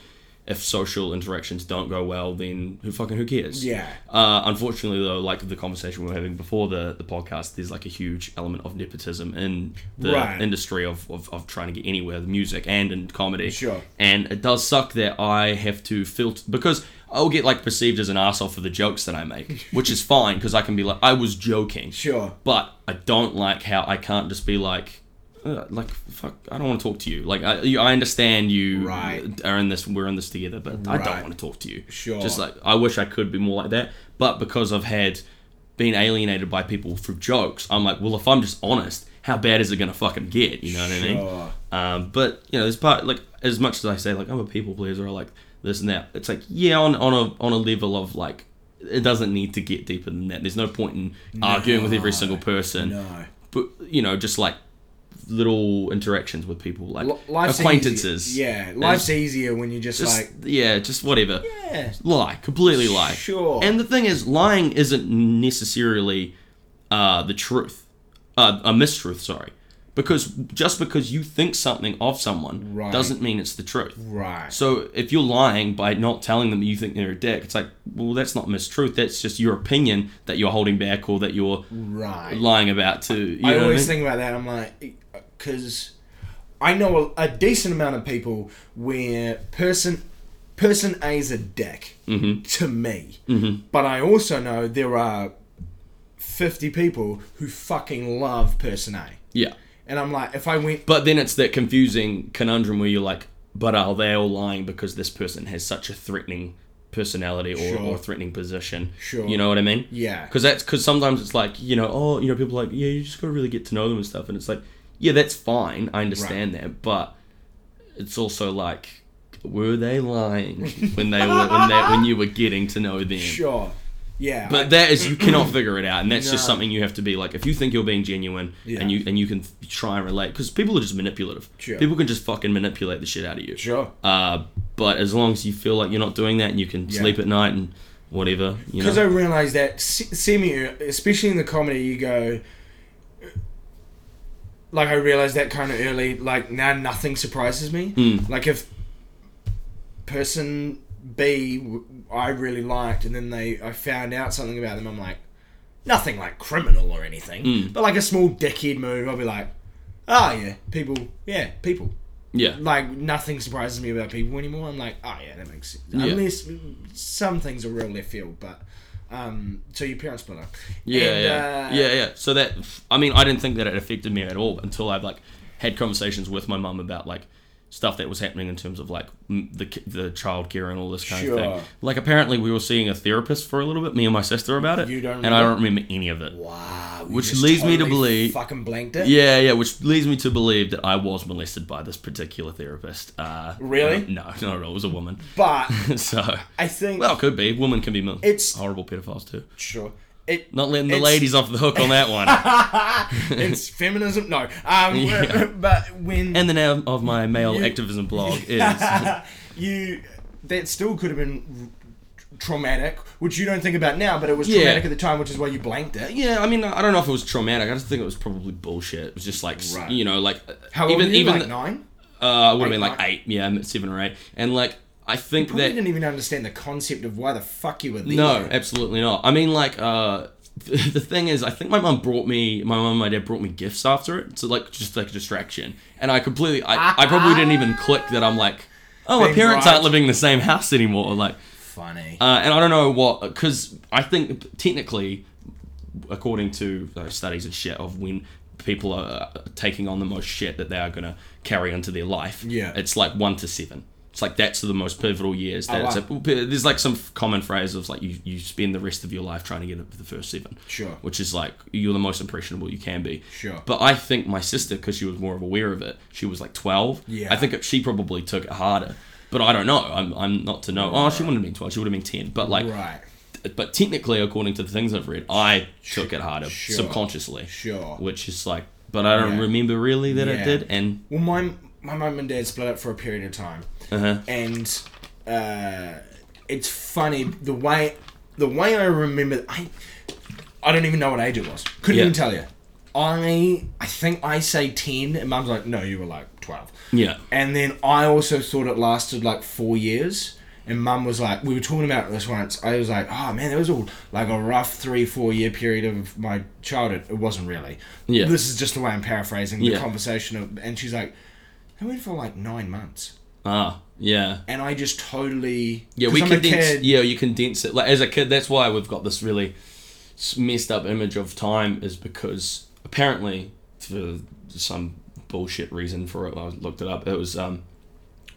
if social interactions don't go well, then who fucking who cares?
Yeah.
Uh, unfortunately, though, like the conversation we were having before the, the podcast, there's like a huge element of nepotism in the
Right.
industry of, of, of trying to get anywhere, the music and in comedy.
Sure.
And it does suck that I have to filter because I'll get like perceived as an asshole for the jokes that I make, which is fine because I can be like, I was joking.
Sure.
But I don't like how I can't just be like, "Uh, like fuck, I don't want to talk to you. Like I, you, I understand you
Right.
are in this, we're in this together, but I
Right.
don't want to talk to you.
Sure.
Just like I wish I could be more like that, but because I've had been alienated by people through jokes, I'm like, well, if I'm just honest, how bad is it gonna fucking get? You know what I mean?
Sure.
Um, but you know, there's part like as much as I say like I'm a people pleaser, I like this and that. It's like yeah, on on a on a level of like it doesn't need to get deeper than that. There's no point in arguing with every single person.
No.
But you know, just like little interactions with people, like
L- life's
acquaintances.
easier. Yeah. Life's easier when you just,
Just
like.
yeah, just whatever.
Yeah.
Lie, completely lie.
Sure.
And the thing is, lying isn't necessarily uh, the truth, uh, a mistruth. Sorry, because just because you think something of someone
Right.
doesn't mean it's the truth.
Right.
So if you're lying by not telling them that you think they're a dick, it's like, well, that's not mistruth. That's just your opinion that you're holding back or that you're
right.
lying about. To you know
I
what
always
I mean?
think about that. I'm like, because I know a, a decent amount of people where person person A is a dick
Mm-hmm.
to me, but I also know there are fifty people who fucking love person A,
yeah.
and I'm like, if I went,
But then it's that confusing conundrum where you're like, but are they all lying because this person has such a threatening personality or,
Sure.
or threatening position?
Sure.
You know what I mean?
yeah,
Because that's because sometimes it's like you know, oh, you know, people are like yeah, you just gotta really get to know them and stuff, and it's like yeah, that's fine, I understand that, but it's also like were they lying when they were when they when you were getting to know them?
sure, yeah,
But that is you cannot figure it out, and that's just
No.
something you have to be like. If you think you're being genuine,
Yeah.
and you and you can th- try and relate, because people are just manipulative.
Sure.
People can just fucking manipulate the shit out of you.
sure.
Uh, but as long as you feel like you're not doing that, and you can sleep at night and whatever, you know.
Because I realised that se- semi, especially in the comedy, you go. Like I realised that kind of early. Like now, nothing surprises me.
Hmm.
Like if person B, w- I really liked, and then they, I found out something about them. I'm like, nothing like criminal or anything,
Hmm.
but like a small dickhead move. I'll be like, oh yeah, people, yeah, people
yeah.
like nothing surprises me about people anymore. I'm like, oh yeah, that makes sense. Unless some things are real left field, but um, so your parents split up.
Yeah,
And,
yeah,
uh,
yeah, yeah. So that I mean, I didn't think that it affected me at all until I've like had conversations with my mum about like stuff that was happening in terms of like m- the ki- the childcare and all this kind of
Sure.
thing. Like apparently we were seeing a therapist for a little bit, me and my sister about it,
You don't
and I
remember?
don't remember any of it.
Wow. you
Which
just
leads me to
totally
believe-
Fucking blanked it.
Yeah, yeah, which leads me to believe that I was molested by this particular therapist. Uh,
Really?
No, no, no, it was a woman.
But
so,
I think
well, it could be. Women can be mol-
It's-
horrible pedophiles too.
sure. It
Not letting the
It's-
ladies off the hook on that one.
it's feminism. No, um,
Yeah.
but when
and the name of my male
You-
activism blog is
you that still could have been traumatic, which you don't think about now, but it was
Yeah.
traumatic at the time, which is why you blanked it.
Yeah, I mean, I don't know if it was traumatic. I just think it was probably bullshit. It was just like, s-
Right.
you know, like
How old
even
were you?
even
like
the-
nine?
uh, I would have been
Eight,
like
nine?
eight, yeah, m- seven or eight, and like I think
Probably
that
didn't even understand the concept of why the fuck you were there.
no, absolutely not. I mean, like uh, the thing is, I think my mum brought me, my mum and my dad brought me gifts after it, so like just like a distraction, and I completely, I, I probably didn't even click that I'm like, oh, my
Being
parents
right.
aren't living in the same house anymore, like.
Funny.
Uh, and I don't know what, because I think technically, according to uh, studies and shit of when people are uh, taking on the most shit that they are going to carry into their life,
Yeah. Oh,
it's like one to seven. It's like that's the most pivotal years. That
wow.
it's a- there's like some f- common phrase of like you, you spend the rest of your life trying to get up to the first seven.
Sure.
Which is like you're the most impressionable you can be.
Sure.
But I think my sister, because she was more of aware of it, she was like 12.
Yeah.
I think it, she probably took it harder. But I don't know. I'm, I'm not to know. Oh, she wouldn't have been 12. She would have been 10. But like,
right.
but technically, according to the things I've read, I took it harder
Sure.
subconsciously.
Sure.
Which is like, but I don't
Yeah.
remember really that I
Yeah.
did. And
Well, my my mum and dad split up for a period of time,
uh
and uh, it's funny the way the way I remember. I I don't even know what age it was. Couldn't
Yeah.
even tell you. I I think I say ten, and mum's like, no, you were like twelve.
yeah,
And then I also thought it lasted like four years. And mum was like, we were talking about this once. I was like, oh man, that was all like a rough three, four year period of my childhood. It wasn't really.
Yeah.
This is just the way I'm paraphrasing the
Yeah.
conversation. Of, and she's like, it went for like nine months.
ah, yeah,
And I just totally.
yeah. We
'cause I'm a
condense.
kid.
Yeah, you condense it. Like as a kid, that's why we've got this really s- messed up image of time is because apparently for some bullshit reason for it, I looked it up. It was um,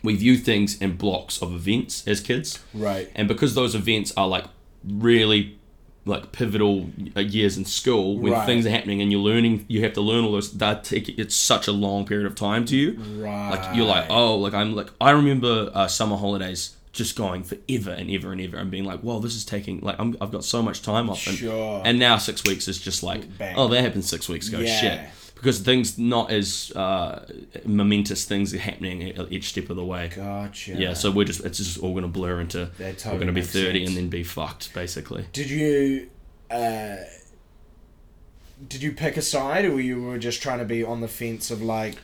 we view things in blocks of events as kids.
Right.
and because those events are like really like pivotal uh, years in school when
Right.
things are happening and you're learning you have to learn all those that take it's such a long period of time to
Mm.
you
Right.
like you're like oh like i'm like i remember uh, summer holidays just going forever and ever and ever and being like wow this is taking like I'm, i've got so much time off and,
Sure.
and now six weeks is just like
Bang.
oh that happened six weeks ago
Yeah.
shit because things not as uh, momentous things are happening e- each step of the way
Gotcha.
yeah, so we're just it's just all gonna blur into
That
we're
totally
gonna be
makes
thirty
sense.
and then be fucked basically.
Did you. Uh, did you pick a side or were you were just trying to be on the fence of like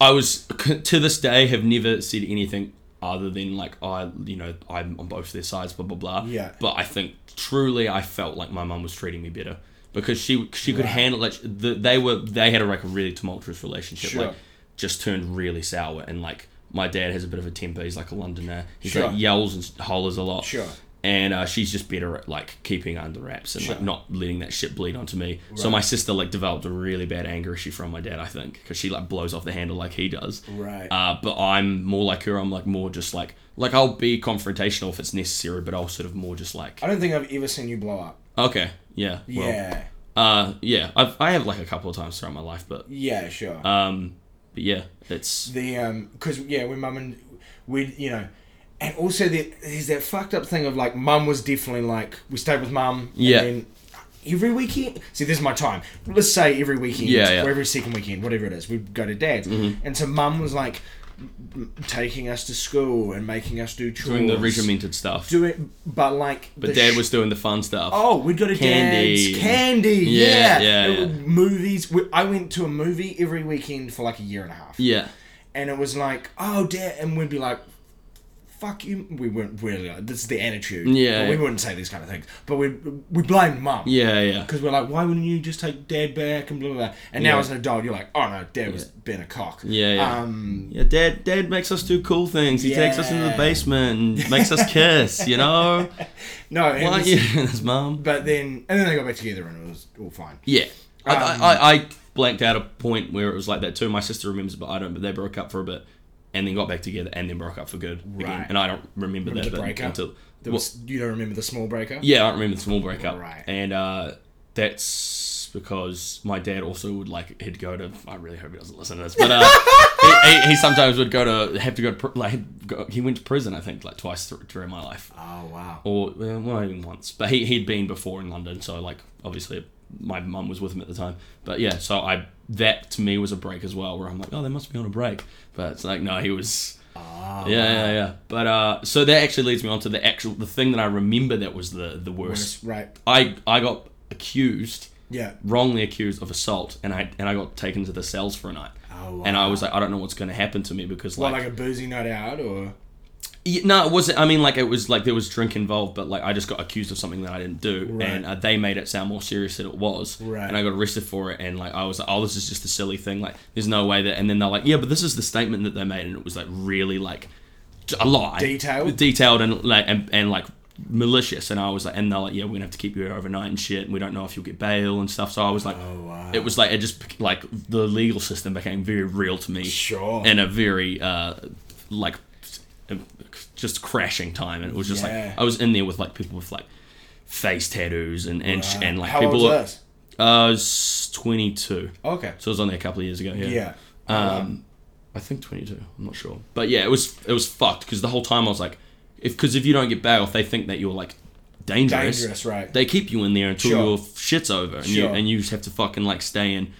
I was c- to this day have never said anything other than like I you know I'm on both their sides blah blah blah.
Yeah.
But I think truly I felt like my mum was treating me better because she she could handle like the, they were they had a like a really tumultuous relationship
Sure.
like just turned really sour and like my dad has a bit of a temper he's like a Londoner he
Sure.
like yells and hollers a lot.
Sure.
and uh, she's just better at like keeping it under wraps and like
Sure.
not letting that shit bleed onto me. So my sister like developed a really bad anger issue from my dad, I think, because she like blows off the handle like he does.
Right.
Uh, but I'm more like her. I'm like more just like like I'll be confrontational if it's necessary, but I'll sort of more just like
I don't think I've ever seen you blow up.
okay, yeah, well,
yeah.
uh, yeah. I've I have like a couple of times throughout my life, but
Yeah, sure.
um, but yeah, it's
the um, because yeah, when mum and we, you know, and also the, there's that fucked up thing of like mum was definitely like we stayed with mum. and
Yeah.
then every weekend, see, this is my time. Let's say every weekend,
Yeah, yeah. Mm-hmm.
or every second weekend, whatever it is, we'd go to dad's, and so mum was like m- taking us to school and making us do chores,
doing the regimented stuff.
do it, but like,
But dad was doing the fun stuff.
Oh, we'd go to
Candy.
dad's candy.
Yeah,
Yeah,
yeah,
It-
yeah.
Movies. We, I went to a movie every weekend for like a year and a half,
Yeah,
and it was like, oh, dad, and we'd be like, fuck you. We weren't really. Like, this is the attitude.
Yeah,
Well,
yeah.
we wouldn't say these kind of things, but we we blamed mum.
yeah, yeah.
Because we're like, why wouldn't you just take dad back and blah blah blah. And now
Yeah.
as an adult, you're like, oh no, dad was being a cock.
Yeah, yeah.
Um,
Yeah, dad. Dad makes us do cool things. He takes us into the
Yeah.
basement and makes us kiss. You know,
no. and
why
it's-
you and his mum?
But then, and then they got back together, and it was all fine.
Yeah, I,
Um,
I, I, I blanked out a point where it was like that too. My sister remembers, but I don't. But they broke up for a bit, and then got back together, and then broke up for good again.
Right.
And I don't remember,
Remember
that
the
bit
breakup?
until
There
well,
was, you don't remember the small breaker?
yeah, I don't remember the small breakup.
Right.
And uh, that's because my dad also would like he'd go to. I really hope he doesn't listen to this, but uh, he, he, he sometimes would go to have to go to, pr- like go, he went to prison. I think like twice through, during my life,
Oh wow.
or well, not even once. But he he'd been before in London, so like obviously my mum was with him at the time. But yeah, so I that to me was a break as well, where I'm like, oh, they must be on a break. But it's like no, he was.
Oh,
Yeah, yeah, yeah. But uh, so that actually leads me on to the actual the thing that I remember that was the the
worse,
worst.
Right.
I I got accused,
Yeah.
wrongly accused of assault, and I and I got taken to the cells for a night.
Oh, wow.
And I was like, I don't know what's going to happen to me because
What,
like,
like a boozy night out or?
Yeah, no, it wasn't. I mean, like it was like there was drink involved, but like I just got accused of something that I didn't do,
Right.
and uh, they made it sound more serious than it was.
Right.
And I got arrested for it, and like I was like, oh, this is just a silly thing. Like, there's no way that. And then they're like, yeah, but this is the statement that they made, and it was like really like j- a lot
Detailed?
detailed, and like and, and like malicious. And I was like, and they're like, yeah, we're gonna have to keep you here overnight and shit, and we don't know if you'll get bail and stuff. So I was like,
Oh wow.
it was like it just like the legal system became very real to me
Sure.
in a very uh like just crashing time and it was just
Yeah.
like i was in there with like people with like face tattoos and and, sh
Wow.
and like
How
people
old was this?
uh I was 22
Okay.
so i was on there a couple of years ago yeah
Yeah.
um i think 22 i'm not sure but yeah it was it was fucked because the whole time i was like if because if you don't get bail if they think that you're like dangerous,
Dangerous, right.
they keep you in there until
Sure.
your shit's over and you
Sure.
and you just have to fucking like stay in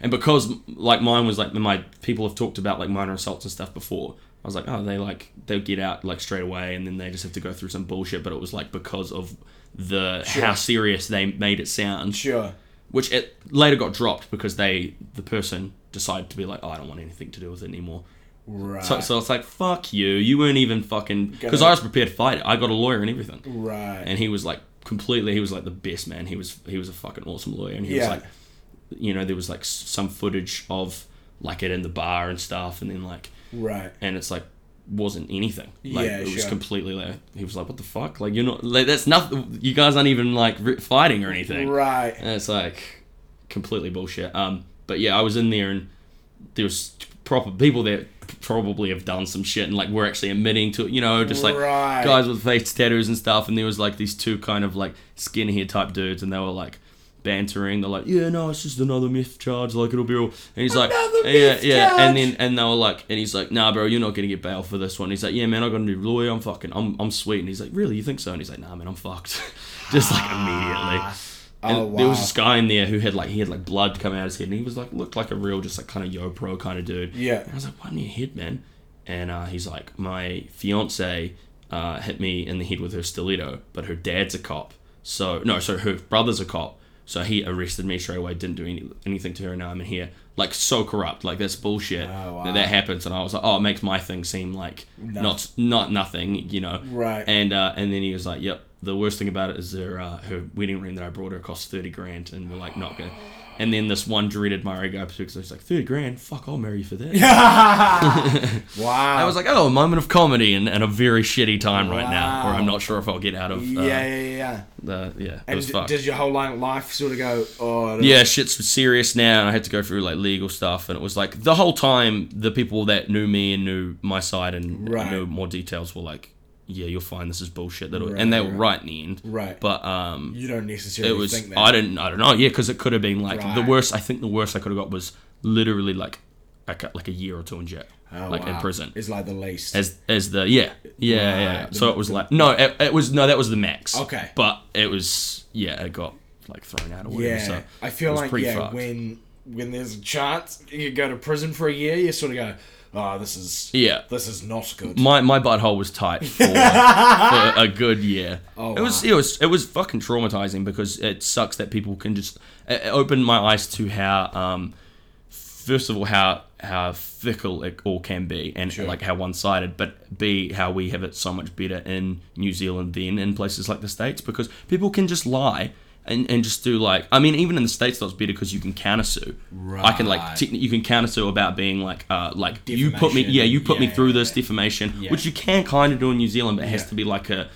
and because like mine was like my people have talked about like minor assaults and stuff before i was like oh they like they'll get out like straight away and then they just have to go through some bullshit but it was like because of the how serious they made it sound
sure.
which it later got dropped because they the person decided to be like oh, i don't want anything to do with it anymore
Right.
so, so it's like fuck you you weren't even fucking because
Gonna-
i was prepared to fight it i got a lawyer and everything
right.
and he was like completely he was like the best man he was he was a fucking awesome lawyer and he
Yeah.
was like you know there was like s- some footage of like it in the bar and stuff and then like
right.
and it's like wasn't anything like
Yeah,
it was
sure.
completely like he was like what the fuck like you're not like that's nothing you guys aren't even like ri fighting or anything
Right.
and it's like completely bullshit. Um, but yeah, I was in there and there was proper people that probably have done some shit and like were actually admitting to it, you know, just like
Right.
guys with face tattoos and stuff. And there was like these two kind of like skinhead type dudes, and they were like bantering. They're like, yeah, no, it's just another myth charge. Like it'll be all. And he's like,
Another
yeah,
meth
yeah.
charge.
And then and they were like, and he's like, nah, bro, you're not gonna get bail for this one. He's like, yeah, man, I got a new lawyer. I'm fucking, I'm, I'm sweet. And he's like, really, you think so? And he's like, nah, man, I'm fucked. just like immediately. And
Oh wow.
there was this guy in there who had like he had like blood come out of his head, and he was like looked like a real just like kind of yo pro kind of dude.
Yeah.
And I was like, "What in your head, man?" And uh, he's like, "My fiance uh, hit me in the head with her stiletto, but her dad's a cop. So no, so her brother's a cop. So he arrested me straight away. Didn't do any, anything to her. Now I'm in here, like so corrupt. Like that's bullshit.
Oh, wow.
that, that happens." And I was like, "Oh, it makes my thing seem like not not nothing, you know."
Right.
And uh, and then he was like, "Yep." The worst thing about it is her uh, her wedding ring that I brought her cost thirty grand, and we're like, not gonna. And then this one dreaded Mario guy because he's like, thirty grand, fuck, I'll marry you for that.
wow.
I was like, oh, a moment of comedy and, and a very shitty time right now, or
Wow.
I'm not sure if I'll get out of. Uh,
yeah, yeah, yeah, yeah.
The, yeah, it
And
was
d-
fucked.
did your whole line life sort of go? Oh, no.
yeah, shit's serious now, and I had to go through like legal stuff, and it was like the whole time the people that knew me and knew my side and
Right.
knew more details were like, yeah, you'll find this is bullshit. That'll, and they were right in the end.
Right.
But um,
You don't necessarily
it was
think that.
I didn't I don't know yeah because it could have been like the
Right.
worst I think the worst I could have got was literally like like a, like a year or two in jail
Oh,
like in
wow.
prison
It's like the least.
as as the yeah yeah yeah
Right.
so it was like no it, it was no that was the max
Okay.
but it was yeah it got like thrown out or whatever
yeah.
so
I
it
feel
was
like
pretty
yeah,
fucked.
when when there's a chance you go to prison for a year, you sort of go, oh, this is
yeah
this is not good.
my my butthole was tight for, for a good year.
Oh,
it was it was it was fucking traumatizing because it sucks that people can just it, it opened my eyes to how um first of all how how fickle it all can be and like how one sided, but b how we have it so much better in New Zealand than in places like the states because people can just lie. And, and just do like I mean even in the states that's better because you can counter sue. I can like
Right.
techni- you can counter sue about being like uh like you put me
Defamation.
yeah you put me
Yeah,
through
yeah,
this
yeah.
defamation, which you can kind of do in New Zealand, but it has to be like a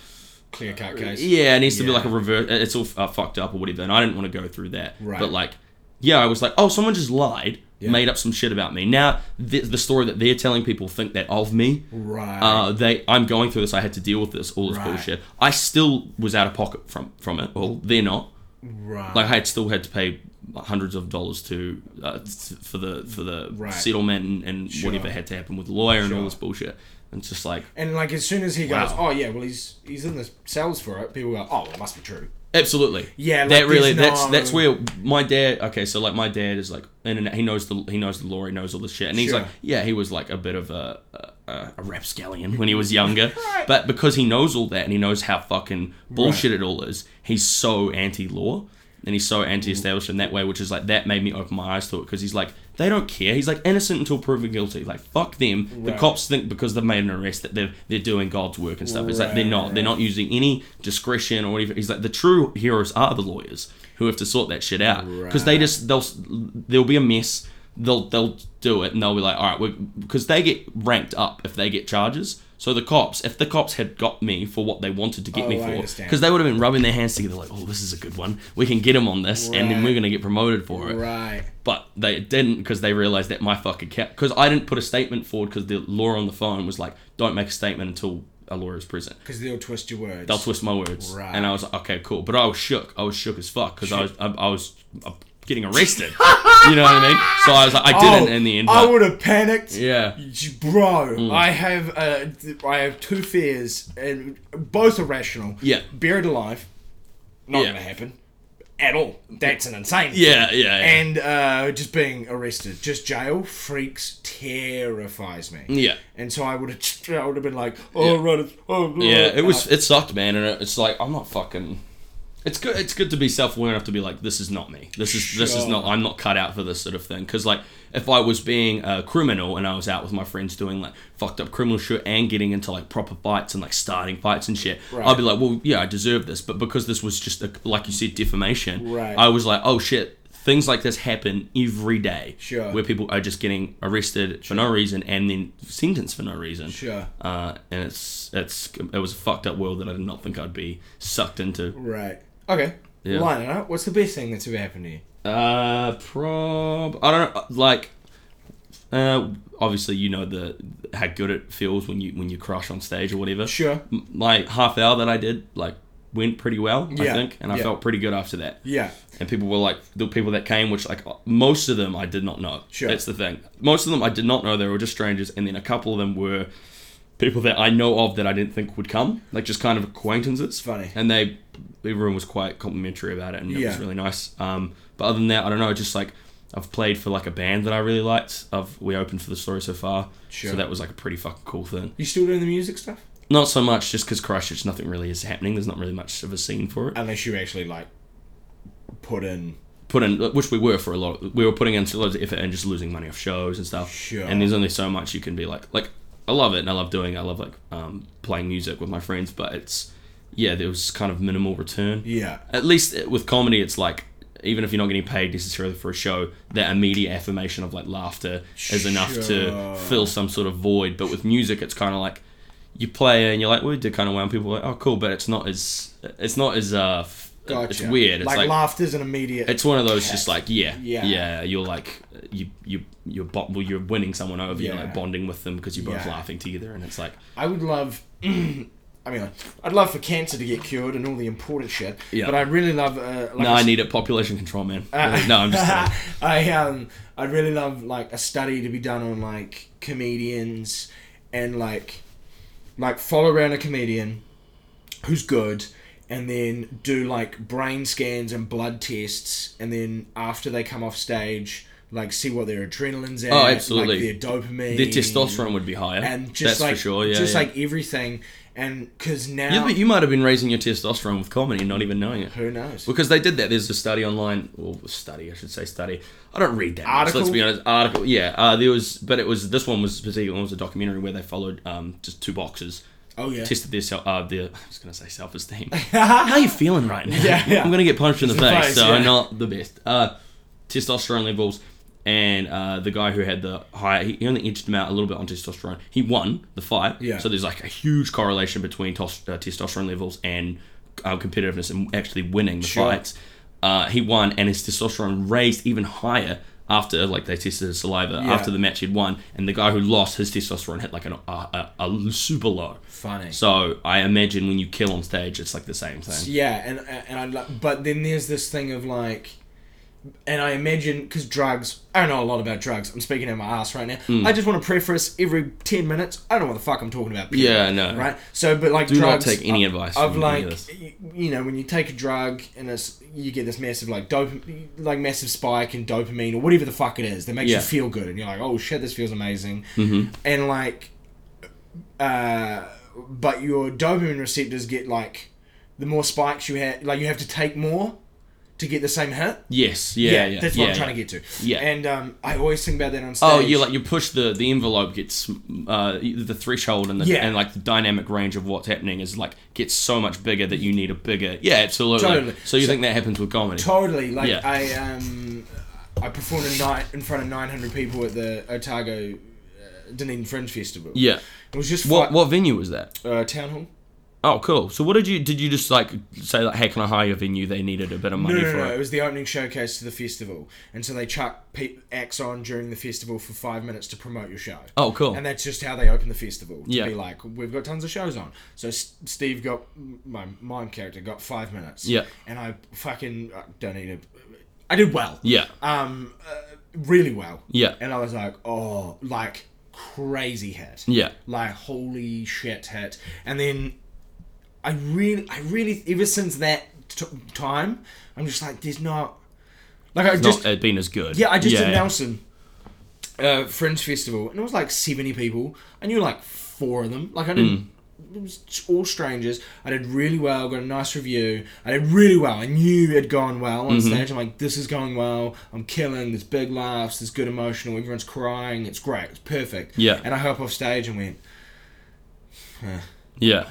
Clear cut case.
yeah, it needs to be
Yeah.
like a reverse. It's all uh, fucked up or whatever, and I didn't want to go through that.
Right.
But like, yeah, I was like, oh, someone just lied, made up some shit about me. Now the, the story that they're telling people think that of me.
Right.
Uh, they, I'm going through this. I had to deal with this, all this
Right.
bullshit. I still was out of pocket from from it. Well, they're not.
right.
Like I had still had to pay hundreds of dollars to uh, t- for the for the
Right.
settlement and, and
Sure.
whatever had to happen with the lawyer and all
Sure.
this bullshit. And it's just like
And like as soon as he
Wow.
goes, oh yeah, well he's he's in the cells for it. People go, oh, it must be true.
Absolutely.
Yeah, like,
that really.
there's
That's
no-
that's where my dad. Okay, so like my dad is like, and he knows the he knows the law. He knows all this shit, and he's
Sure.
like, yeah, he was like a bit of a a, a rapscallion when he was younger, but because he knows all that and he knows how fucking bullshit it all is, he's so anti-law and he's so anti-establishment that way, which is like that made me open my eyes to it because he's like. They don't care. He's like innocent until proven guilty. Like fuck them. The
Right.
cops think because they've made an arrest that they're they're doing God's work and stuff. It's like they're
Right,
not. They're not using any discretion or whatever. He's like the true heroes are the lawyers who have to sort that shit out because they
Right.
just they'll there'll be a mess. They'll they'll do it and they'll be like, all right, because they get ranked up if they get charges. So the cops, if the cops had got me for what they wanted to get
Oh,
me
I
for,
understand.
because they would have been rubbing their hands together like, oh, this is a good one. We can get him on this, and then
Right.
we're gonna get promoted for it
Right.
but they didn't because they realized that my fuck account because I didn't put a statement forward because the lawyer on the phone was like, don't make a statement until a lawyer is present.
Because they'll twist your words.
They'll twist my words,
Right.
and I was like, okay, cool. But I was shook. I was shook as fuck because I was I, I was uh, getting arrested. you know what I mean? So I was like, I didn't in the end.
Oh, I
but-
would have panicked.
yeah, Mm.
Bro, I have uh, I have two fears, and both are rational.
Yeah.
Buried alive, not
Yeah.
gonna happen at all. That's an insane.
yeah, yeah. yeah.
And uh, just being arrested, just jail freaks terrifies me.
yeah.
And so I would have, I would have been like, oh
Yeah.
right, it's- oh right,
Yeah, it was
uh,
it sucked, man, and it- it's like I'm not fucking. It's good. It's good to be self-aware enough to be like, this is not me. This is this is
Sure.
not. I'm not cut out for this sort of thing. Because like, if I was being a criminal and I was out with my friends doing like fucked up criminal shit and getting into like proper fights and like starting fights and shit,
Right.
I'd be like, well, yeah, I deserve this. But because this was just a, like you said, defamation.
Right.
I was like, oh shit. Things like this happen every day,
Sure.
where people are just getting arrested for no reason and then sentenced for no reason.
Sure.
Uh, and it's it's it was a fucked up world that I did not think I'd be sucked into.
right. Okay,
Yeah.
line it up. What's the best thing that's ever happened to you?
Uh, prob I don't know, like. Uh, obviously you know the how good it feels when you when you crush on stage or whatever.
Sure.
M- My half hour that I did like went pretty well, I
Yeah,
think, and I
yeah.
felt pretty good after that.
Yeah.
and people were like the people that came which like most of them i did not know
Sure.
that's the thing most of them i did not know they were just strangers and then a couple of them were people that i know of that i didn't think would come like just kind of acquaintances
Funny.
and they everyone was quite complimentary about it and it was
Yeah.
really nice um, but other than that i don't know just like i've played for like a band that i really liked i've we opened for the story so far
Sure.
so that was like a pretty fucking cool thing
You still doing the music stuff?
not so much just because christchurch nothing really is happening there's not really much of a scene for it
Unless you actually like put in.
put in, which we were for a lot. We were putting in loads of effort and just losing money off shows and stuff.
Sure.
And there's only so much you can be like, like I love it and I love doing. It. I love like um, playing music with my friends, but it's yeah, there was kind of minimal return.
Yeah.
At least it- with comedy, it's like even if you're not getting paid necessarily for a show, that immediate affirmation of like laughter is enough
Sure.
to fill some sort of void. But with music, it's kind of like you play and you're like, we did kind of wow, and people are like, oh, cool, but it's not as it's not as uh, f-
Gotcha.
it's weird. It's
Like, laughter's an immediate.
it's one of those just like yeah,
Yeah.
yeah, You're like you you you're bo- well, you're winning someone over. You're
Yeah.
like bonding with them because you're both
Yeah.
laughing together, and it's like
I would love. I mean, I'd love for cancer to get cured and all the important shit.
Yeah.
But I Uh, really love. Uh, like
no,
a
I
s-
need it. Population control, man. Really, no, I'm just kidding.
I um, I'd really love like a study to be done on like comedians and like, like follow around a comedian who's good, and then do like brain scans and blood tests, and then after they come off stage, like see what their adrenaline's at.
Oh, absolutely.
Like their dopamine.
Their testosterone would be higher.
And just
that's
like,
for sure. Yeah,
just
yeah.
like everything, and because
yeah,
now
but you might have been raising your testosterone with comedy and not even knowing it.
who knows?
Because they did that. There's a study online, or study, I should say, study. I don't read that.
Article?
Article. Much, let's be honest. Article. Yeah. Uh, there was, but it was this one was particular one was a documentary where they followed um, just two boxes.
Oh yeah,
tested their self. Uh, their I was gonna say self esteem. How you feeling right now?
Yeah, yeah.
I'm gonna get punched in the
the
face,
face,
so
yeah.
not the best. Uh, testosterone levels, and uh, the guy who had the high, he only edged him out a little bit on testosterone. He won the fight.
Yeah.
So there's like a huge correlation between tos- uh, testosterone levels and uh, competitiveness and actually winning the
Sure.
fights. Uh, he won, and his testosterone raised even higher. After like they tested his saliva
Yeah.
after the match he'd won, and the guy who lost his testosterone hit like an, a, a, a super low.
funny.
So I imagine when you kill on stage, it's like the same thing.
Yeah, and and I would like, but then there's this thing of like, and I imagine because drugs, I don't know a lot about drugs. I'm speaking out my ass right now.
Hmm.
I just want to preface every ten minutes. I don't know what the fuck I'm talking about. period,
Yeah, no.
Right. So, but like,
Do not
drugs,
take
I-
any advice
I've
from any
like,
of this.
y- you know, when you take a drug and it's you get this massive like dope, like massive spike in dopamine or whatever the fuck it is that makes
Yeah.
you feel good, and you're like, oh shit, this feels amazing,
Mhm.
and like, uh, but your dopamine receptors get like, the more spikes you have, like you have to take more to get the same hit.
Yes. Yeah. Yeah.
that's
yeah,
what I'm trying
yeah.
to get to.
Yeah.
and um, I always think about that on stage.
Oh, you like you push the the envelope gets uh, the threshold and the
Yeah.
and like the dynamic range of what's happening is like gets so much bigger that you need a bigger yeah absolutely
Totally.
so you
So-
think that happens with comedy
Totally. Like
Yeah.
I um, I performed a night in front of 900 people at the Otago uh, Dunedin Fringe Festival.
yeah
It was just
what
fi-
what venue was that
uh, town hall.
oh cool so what did you did you just like say like hey can I hire a venue they needed a bit of
No,
money
no,
for
no, It
it
was the opening showcase to the festival, and so they chuck pe- acts on during the festival for five minutes to promote your show.
oh cool
And that's just how they open the festival. To
Yeah.
Be like, we've got tons of shows on. So S- Steve got my mime character got five minutes.
Yeah.
And I fucking I don't need a. I did well.
yeah
Um, uh, really well.
yeah
And I was like, oh, like crazy hit.
yeah
Like holy shit hit. And then I really, I really, ever since that t- time, I'm just like, there's not, like I just,
not it being as good
yeah, I just
yeah,
did Nelson uh, Fringe Festival, and it was like seventy people. I knew like four of them. Like I didn't.
Mm.
It was all strangers. I did really well. Got a nice review. I did really well. I knew it had gone well
Mm-hmm.
on stage. I'm like, this is going well. I'm killing. There's big laughs. There's good emotional. Everyone's crying. It's great. It's perfect.
Yeah.
And I hop off stage and went,
yeah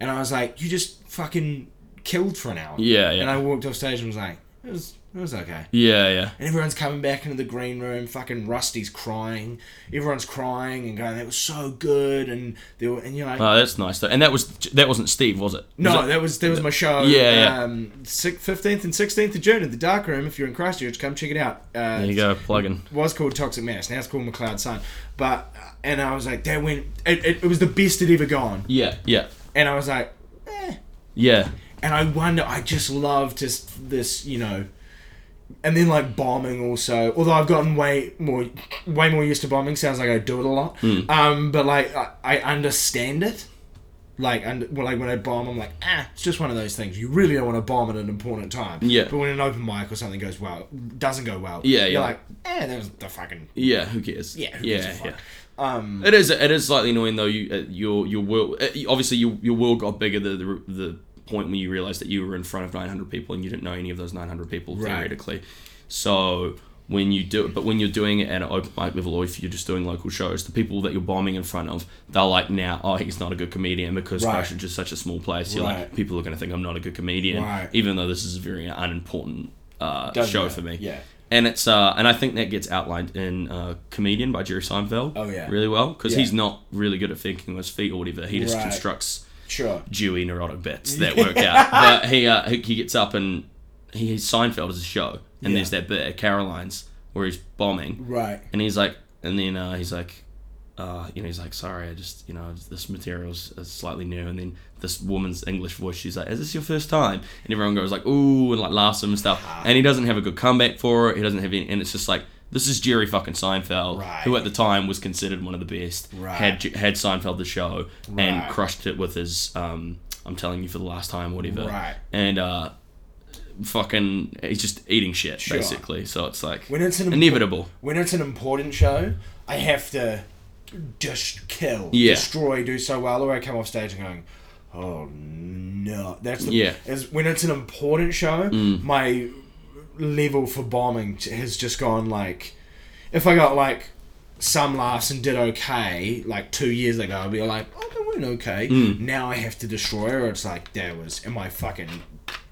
and I was like, you just fucking killed for an hour.
yeah
And
yeah
I walked off stage and was like, it was it was okay.
yeah yeah
And everyone's coming back into the green room. Fucking Rusty's crying. Everyone's crying and going, "That was so good." And they were, and you're like,
oh that's nice though and that was that wasn't Steve was it
"No,
Was it-
that was that was my show."
Yeah, yeah.
Um, fifteenth and sixteenth of June at the Dark Room. If you're in Christchurch, come check it out. Uh,
there you go plugging
was called Toxic Mass. Now it's called McLeod Sun. But and I was like, that went. It, it, it was the best it ever gone.
yeah yeah
And I was like, eh.
yeah
and I wonder. I just love just this, you know. And then like bombing also, although I've gotten way more, way more used to bombing. Sounds like I do it a lot,
Hmm.
um, but like I, I understand it. Like and well, like when I bomb, I'm like, ah, it's just one of those things. You really don't want to bomb at an important time.
Yeah.
But when an open mic or something goes well, doesn't go well.
Yeah,
You're
yeah.
like, eh, that was the fucking
yeah who cares
yeah, who
yeah
gives a fuck?
yeah.
Um,
It is. It is slightly annoying though. You uh, your your world. Uh, you- obviously, your your world got bigger. The the, the point when you realized that you were in front of 900 people and you didn't know any of those 900 people
Right.
theoretically. So when you do, but when you're doing it at an open mic level, or if you're just doing local shows, the people that you're bombing in front of, they're like, now, oh, he's not a good comedian because
Right.
Christchurch is such a small place. You're
Right.
like, people are going to think I'm not a good comedian,
Right.
even though this is a very unimportant uh,
doesn't
show
it?
for me.
Yeah.
And it's uh, and I think that gets outlined in uh, Comedian by Jerry Seinfeld.
Oh, yeah.
really well because
Yeah.
he's not really good at thinking on his feet or whatever. He just
Right.
constructs
Sure.
dewy neurotic bits that work out. But he uh, he he gets up and he his Seinfeld is a show, and
Yeah.
there's that bit at Caroline's where he's bombing,
Right.
and he's like, and then uh, he's like, uh, you know, he's like, sorry, I just, you know, this material's is slightly new, and then this woman's English voice, she's like, is this your first time? And everyone goes like, ooh, and like laughs at him and stuff,
Ah.
and he doesn't have a good comeback for it. He doesn't have any, and it's just like. This is Jerry fucking Seinfeld,
Right.
who at the time was considered one of the best.
Right.
Had had Seinfeld the show
Right.
and crushed it with his um, "I'm telling you for the last time" whatever.
Right.
And uh, fucking, he's just eating shit basically. So it's like
When it's an
inevitable.
when it's an important show, I have to just kill,
Yeah.
destroy, do so well, or I come off stage and going, oh no. That's the
Yeah. Mm.
Is when it's an important show, my level for bombing t- has just gone like, if I got like some laughs and did okay, like two years ago, I'd be like, oh, that went okay.
Mm.
Now I have to destroy, or it's like that was, and my fucking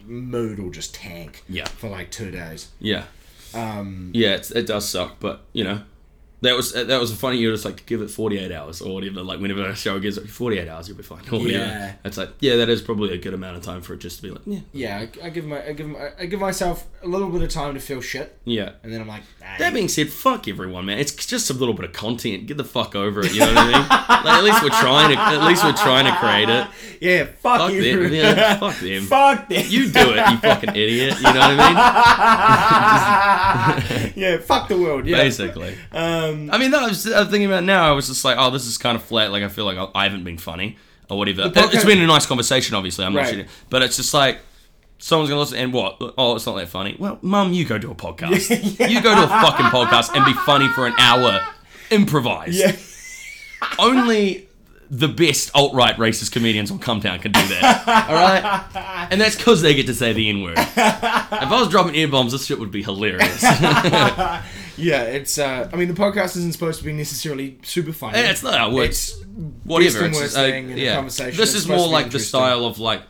mood will just tank
Yeah.
for like two days.
Yeah. Um, yeah, it's, it does suck, but you know, that was that was a funny. You're just like give it 48 hours or whatever. Like whenever a show gives it 48 hours, you'll be fine. Or whatever.
Yeah.
It's like yeah, that is probably a good amount of time for it just to be like yeah,
Yeah, I, I give my I give my, I give myself a little bit of time to feel shit,
yeah.
and then I'm like, "Ah,
That being said, fuck everyone, man. It's just a little bit of content. Get the fuck over it. You know what I mean? Like, at least we're trying to. At least we're trying to create it.
yeah, fuck,
Fuck
you,
them. Yeah, fuck them.
fuck them,
You do it, you fucking idiot. You know what I mean?
yeah, fuck the world, yeah,
Basically.
um,
I mean, that I was I'm thinking about now. I was just like, oh, this is kind of flat. Like, I feel like I- I haven't been funny or whatever. It-
podcast-
it's been a nice conversation, obviously. I'm
Right.
not shitting. But it's just like, someone's going to listen and what? Oh, it's not that funny. Well, mum, you go to a podcast. You go to a fucking podcast and be funny for an hour. Improvise.
yeah,
Only the best alt right racist comedians on Come Town can do that. All right? And that's because they get to say the N word. If I was dropping ear bombs, this shit would be hilarious.
yeah. It's uh, I mean, the podcast isn't supposed to be necessarily super funny.
Yeah, it's not how it works.
It's
Whatever.
and
It's
worst
just, uh,
thing in a
yeah.
conversation.
This
It's
is
supposed
more
to be
like the
interesting.
style of like,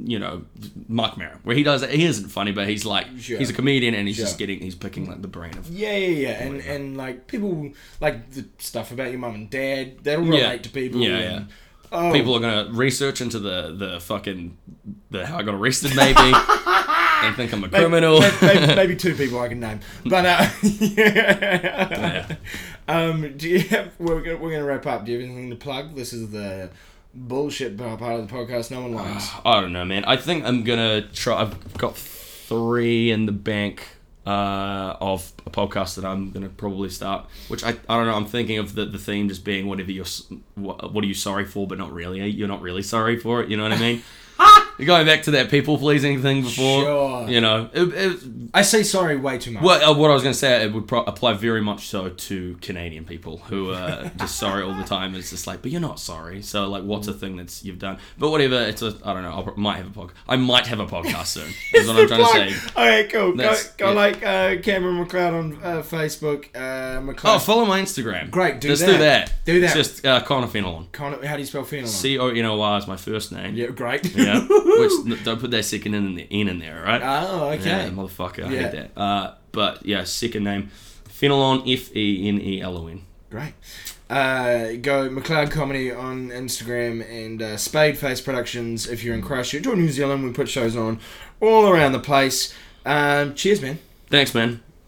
you know, Mark Maron, where he does he isn't funny, but he's like
Sure.
he's a comedian and he's
Sure.
just getting he's picking like the brain of.
Yeah, yeah, yeah, and and like people like the stuff about your mum and dad. That'll relate
Yeah.
to people.
Yeah,
and,
yeah.
Oh,
People are gonna research into the the fucking the how I got arrested maybe, and think I'm a criminal.
may- may- Maybe, two people I can name, but uh, yeah. Um, do you have? We're gonna, we're gonna wrap up. Do you have anything to plug? This is the bullshit part of the podcast. No one
Ah.
likes.
I don't know, man. I think I'm gonna try. I've got three in the bank uh, of a podcast that I'm gonna probably start. Which I, I don't know. I'm thinking of the, the theme just being whatever you're. s- What, what are you sorry for, but not really. eh? You're not really sorry for it. You know what I mean? Going back to that people pleasing thing before.
Sure.
You know, it, it,
I say sorry way too much.
well, uh, what I was going to say, it would pro- apply very much so to Canadian people who are just sorry all the time. It's just like, but you're not sorry. So, like, what's
Mm.
a thing that's you've done? But whatever, it's a I don't know. I will might have a podcast. I might have a podcast soon. Is what I'm trying to say.
Okay, cool. Go,
That's-
go
yeah.
like uh, Cameron McLeod on uh, Facebook. Uh, McLeod.
Oh, follow my Instagram.
Great, do
Just
that.
do that.
Do that.
It's just uh, Connor Fenelon.
Connor, how do you spell phenol?
C O N O R is my first name.
yeah, great.
Yeah. Which n- don't put that second in the N in there, all right?
Oh,
Yeah,
okay.
motherfucker. I
Yeah.
hate that. Uh, but yeah, second name, Fenelon. F E N E L O N.
Great. Uh, go McLeod Comedy on Instagram and uh, Spade Face Productions if
Mm.
you're in Christchurch or New Zealand. We put shows on all around the place. Um, cheers, man.
Thanks, man.